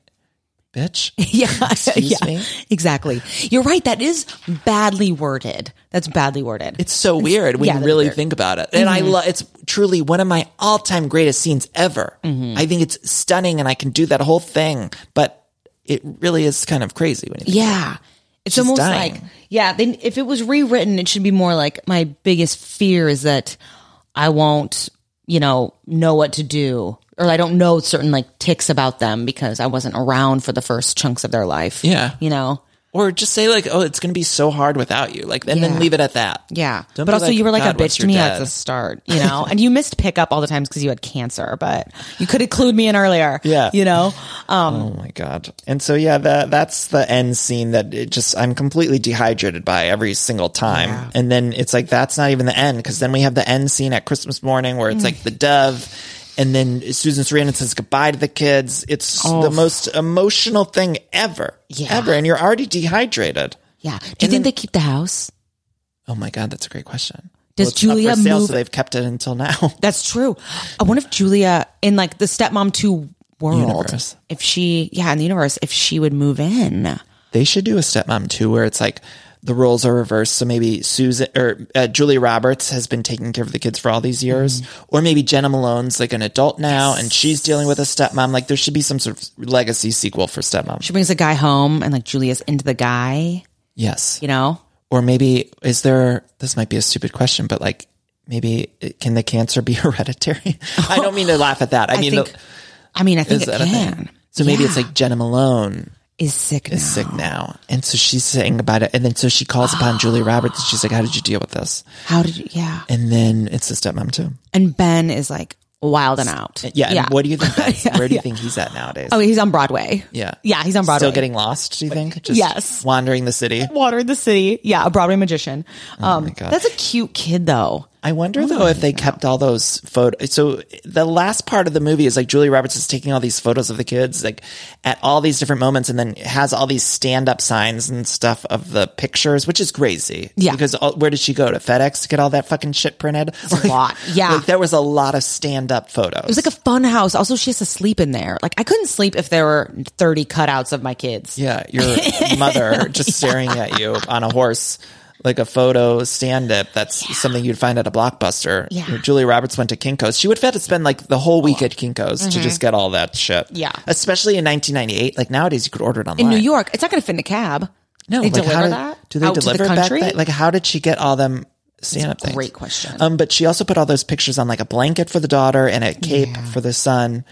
bitch.
Yeah.
Excuse
yeah.
me?
Exactly. You're right. That is badly worded. That's badly worded.
It's so weird when
yeah,
you
that's
really
weird.
think about it. And I
Mhm.
love it's truly one of my all time greatest scenes ever.
Mm-hmm.
I think it's stunning and I can do that whole thing, but it really is kind of crazy when you think
yeah. It's
She's
almost
dying.
like, yeah, then if it was rewritten, it should be more like my biggest fear is that I won't, you know, know what to do or I don't know certain like ticks about them because I wasn't around for the first chunks of their life.
Yeah.
You know?
Or just say like, "Oh, it's going to be so hard without you," like, and
Yeah.
then leave it at that.
Yeah.
Don't
but
be
also,
like,
you were like
"God,
a
what's
bitch
your
to me
dad?"
at the start, you
*laughs*
know? and you missed pickup all the times because you had cancer, but you could have clued me in earlier.
Yeah.
You know? Um,
Oh my god! And so yeah, that that's the end scene that it just I'm completely dehydrated by every single time. And then it's like that's not even the end because then we have the end scene at Christmas morning where it's
Mm.
like the dove, and then Susan Sarandon says goodbye to the kids. It's
Oh.
the most emotional thing ever,
Yeah.
ever, and you're already dehydrated.
Yeah. Do you think they keep the house?
Oh my god, that's a great question.
Does
it's up for
Julia
sale,
move-
So they've kept it until now. *laughs*
That's true. I wonder if Julia in like the stepmom two world,
Universe.
if she, yeah, in the universe, if she would move in.
They should do a stepmom too, where it's like the roles are reversed. So maybe Susan or uh, Julie Roberts has been taking care of the kids for all these years,
Mm-hmm.
or maybe Jenna Malone's like an adult now and she's dealing with a stepmom. Like there should be some sort of legacy sequel for stepmom.
She brings a guy home and like Julia's into the guy,
Yes,
you know?
or maybe is there? This might be a stupid question, but like maybe it- can the cancer be *laughs* hereditary? I don't mean to laugh at that. I,
I
mean,
think-
the-
I mean, I think
is
it
that a thing?
can.
So maybe it's
Yeah.
like Jenna Malone
is sick now.
is sick now. And so she's saying about it. And then so she calls upon
*gasps*
Julie Roberts and she's like, How did you deal with this?
How did you, yeah.
And then it's the stepmom too.
And Ben is like wild and out.
Yeah. And what do you
*laughs*
think? Ben's, where do you think he's at nowadays?
Oh, he's on Broadway.
yeah.
Yeah, he's on Broadway.
Still getting lost, do you think? Just
Yes.
Wandering the city.
Water in the City. Yeah, a Broadway magician. Um,
Oh God.
that's a cute kid though.
I
Oh,
wonder though if they kept all those photos. So the last part of the movie is like Julie Roberts is taking all these photos of the kids, like at all these different moments, and then has all these stand-up signs and stuff of the pictures, which is crazy.
Yeah.
because all, where did she go to FedEx to get all that fucking shit printed? Like-
lot. Yeah.
*laughs* like there was a lot of stand-up photos.
It was like a fun house. Also, she has to sleep in there. Like I couldn't sleep if there were thirty cutouts of my kids.
yeah, your
*laughs*
mother just staring at you on a horse. Like a photo stand up, that's something you'd find at a blockbuster.
Yeah.
Julia Roberts went to Kinko's. She would have had to spend like the whole week at Kinko's to
Mhm.
just get all that shit.
Yeah.
Especially in 1998. Like nowadays, you could order it online.
In New York, it's not going to fit in a cab.
No,
they
like,
deliver
how did-
that.
Do they
out to the
deliver back
country?
then? Like, how did she get all them stand up
That's a
things?
great question.
Um, but she also put all those pictures on like a blanket for the daughter and a cape for the son.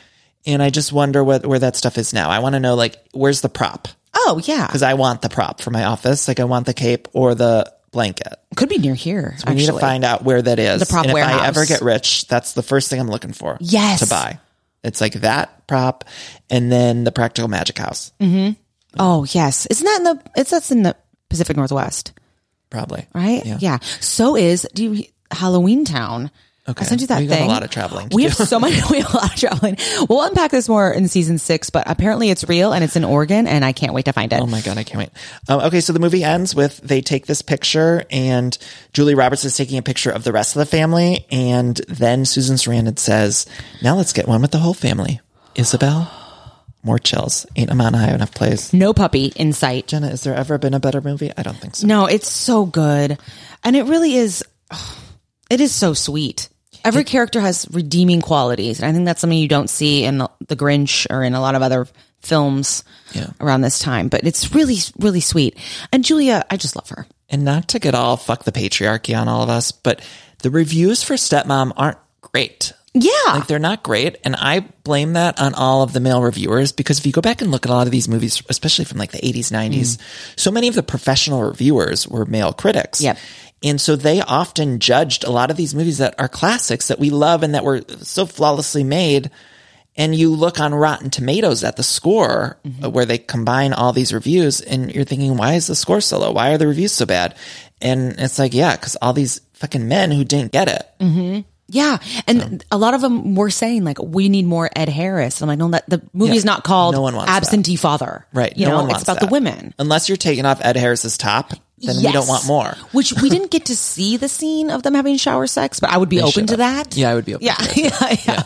And I just wonder what, where that stuff is now. I want to know, like, where's the prop?
oh yeah,
Because I want the prop for my office. Like, I want the cape or the blanket.
could be near here.
We need to
actually.
find out where that is.
The prop
and if I
warehouse.
ever get rich, that's the first thing I'm looking for.
Yes.
To buy. It's like that prop and then the practical magic house,
hmm Oh yes, isn't that in the? It's that's in the Pacific Northwest,
probably.
right?
Yeah.
So is do you Halloween Town? Okay. I sent you that
We've got a
thing.
lot of traveling to
We
do.
have so much. *laughs* We have a lot of traveling. We'll unpack this more in season six, but apparently it's real and it's in Oregon, and I can't wait to find it.
Oh my god, I can't wait. Um, okay, so the movie ends with they take this picture, and Julie Roberts is taking a picture of the rest of the family, and then Susan Sarandon says, "Now let's get one with the whole family." Isabel, more chills. Ain't I'm on high enough place.
No puppy in sight.
Jenna, has there ever been a better movie? I don't think so.
No, it's so good, and it really is. *sighs* It is so sweet. Every character has redeeming qualities, and I think that's something you don't see in The Grinch or in a lot of other films
Yeah.
around this time. But it's really, really sweet. And Julia, I just love her.
And not to get all fuck the patriarchy on all of us, but the reviews for Stepmom aren't great.
Yeah,
Like they're not great. And I blame that on all of the male reviewers because if you go back and look at a lot of these movies, especially from like the 80s,
Mm.
90s, so many of the professional reviewers were male critics.
Yep.
And so they often judged a lot of these movies that are classics that we love and that were so flawlessly made. And you look on Rotten Tomatoes at the score
Mm-hmm.
uh, where they combine all these reviews and you're thinking, why is the score so low? Why are the reviews so bad? And it's like, yeah, because all these fucking men who didn't get it.
yeah. And a lot of them were saying like, "We need more Ed Harris." I'm like, no, that the movie's not called
No one wants that.
absentee father.
Right.
You
no
know,
one wants
it's about the
that.
women.
Unless you're taking off Ed Harris's top, then we don't
Yes.
want more.
Which we didn't get to see the scene of them having shower sex, but I would be
They
open
should
to
have.
that.
Yeah, I would be open.
Yeah,
to that.
yeah, *laughs* yeah.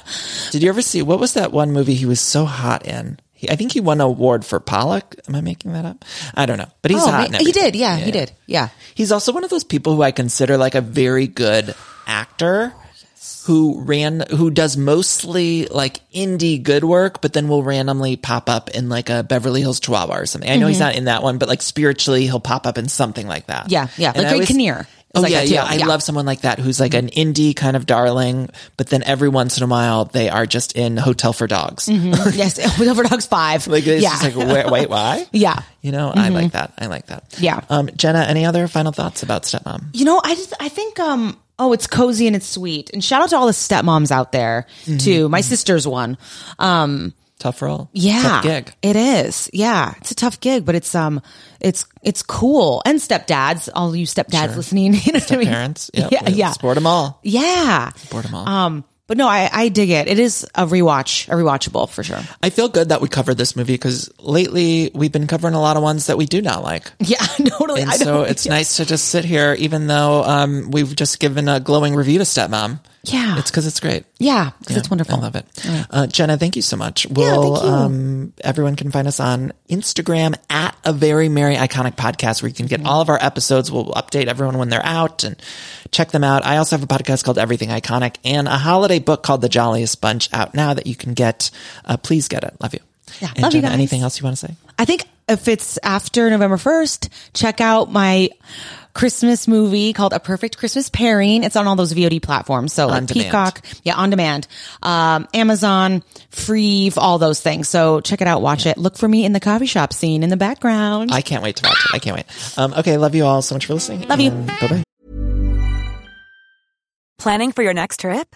Did you ever see what was that one movie he was so hot in? He, I think he won an award for Pollock. Am I making that up? I don't know. But he's
Oh,
hot.
ma-
in
he did. Yeah,
everything.
he did. Yeah.
He's also one of those people who I consider like a very good actor. Who ran? Who does mostly like indie good work, but then will randomly pop up in like a Beverly Hills Chihuahua or something. I know he's
Mm-hmm.
not in that one, but like spiritually, he'll pop up in something like that.
Yeah, yeah.
And
Like
I
Greg
always-
Kinnear is
Oh
like
yeah,
that too.
yeah. I
Yeah.
love someone like that who's like an indie kind of darling, but then every once in a while they are just in Hotel for Dogs.
Mhm. *laughs* yes, Over Dogs Five.
*laughs* Like it's
yeah.
just like wait, wait, why?
*laughs* yeah. Mm-hmm.
You know, I like that. I like that.
Yeah.
Um, Jenna, any other final thoughts about Stepmom?
You know, I just I think um oh it's cozy and it's sweet. And shout out to all the stepmoms out there
Mm-hmm.
too. My sister's one. Um
Tough role.
yeah.
Tough gig.
It is. Yeah. It's a tough gig, but it's um it's it's cool. And stepdads, all you stepdads listening, *laughs* you know what I mean?
Parents. Yep.
*laughs* Yeah,
We
yeah.
Support them all.
Yeah.
Support them all.
Um but no, I, I dig it. It is a rewatch, a rewatchable for sure.
I feel good that we covered this movie because lately we've been covering a lot of ones that we do not like.
Yeah, totally.
And
*laughs* I
so
know.
it's nice to just sit here, even though um, we've just given a glowing review to Stepmom.
Yeah.
It's because it's great.
yeah, because
Yeah,
it's wonderful.
I love it. Uh, Jenna, thank you so much. We'll,
thank you.
Um, everyone can find us on Instagram at a very merry iconic podcast where you can get all of our episodes. We'll update everyone when they're out and check them out. I also have a podcast called Everything Iconic and a holiday book called The Jolliest Bunch out now that you can get. Uh, please get it. Love you.
Yeah,
and
love you
Jenna,
guys.
anything else you want to say?
I think if it's after November 1st, check out my Christmas movie called A Perfect Christmas Pairing. It's on all those VOD platforms. So like
On demand.
Peacock, yeah, on demand, um, Amazon, Free, all those things. So check it out, watch it. Look for me in the coffee shop scene in the background.
I can't wait to watch it. I can't wait. Um, okay, love you all so much for listening.
Love you.
Bye bye.
Planning for your next trip?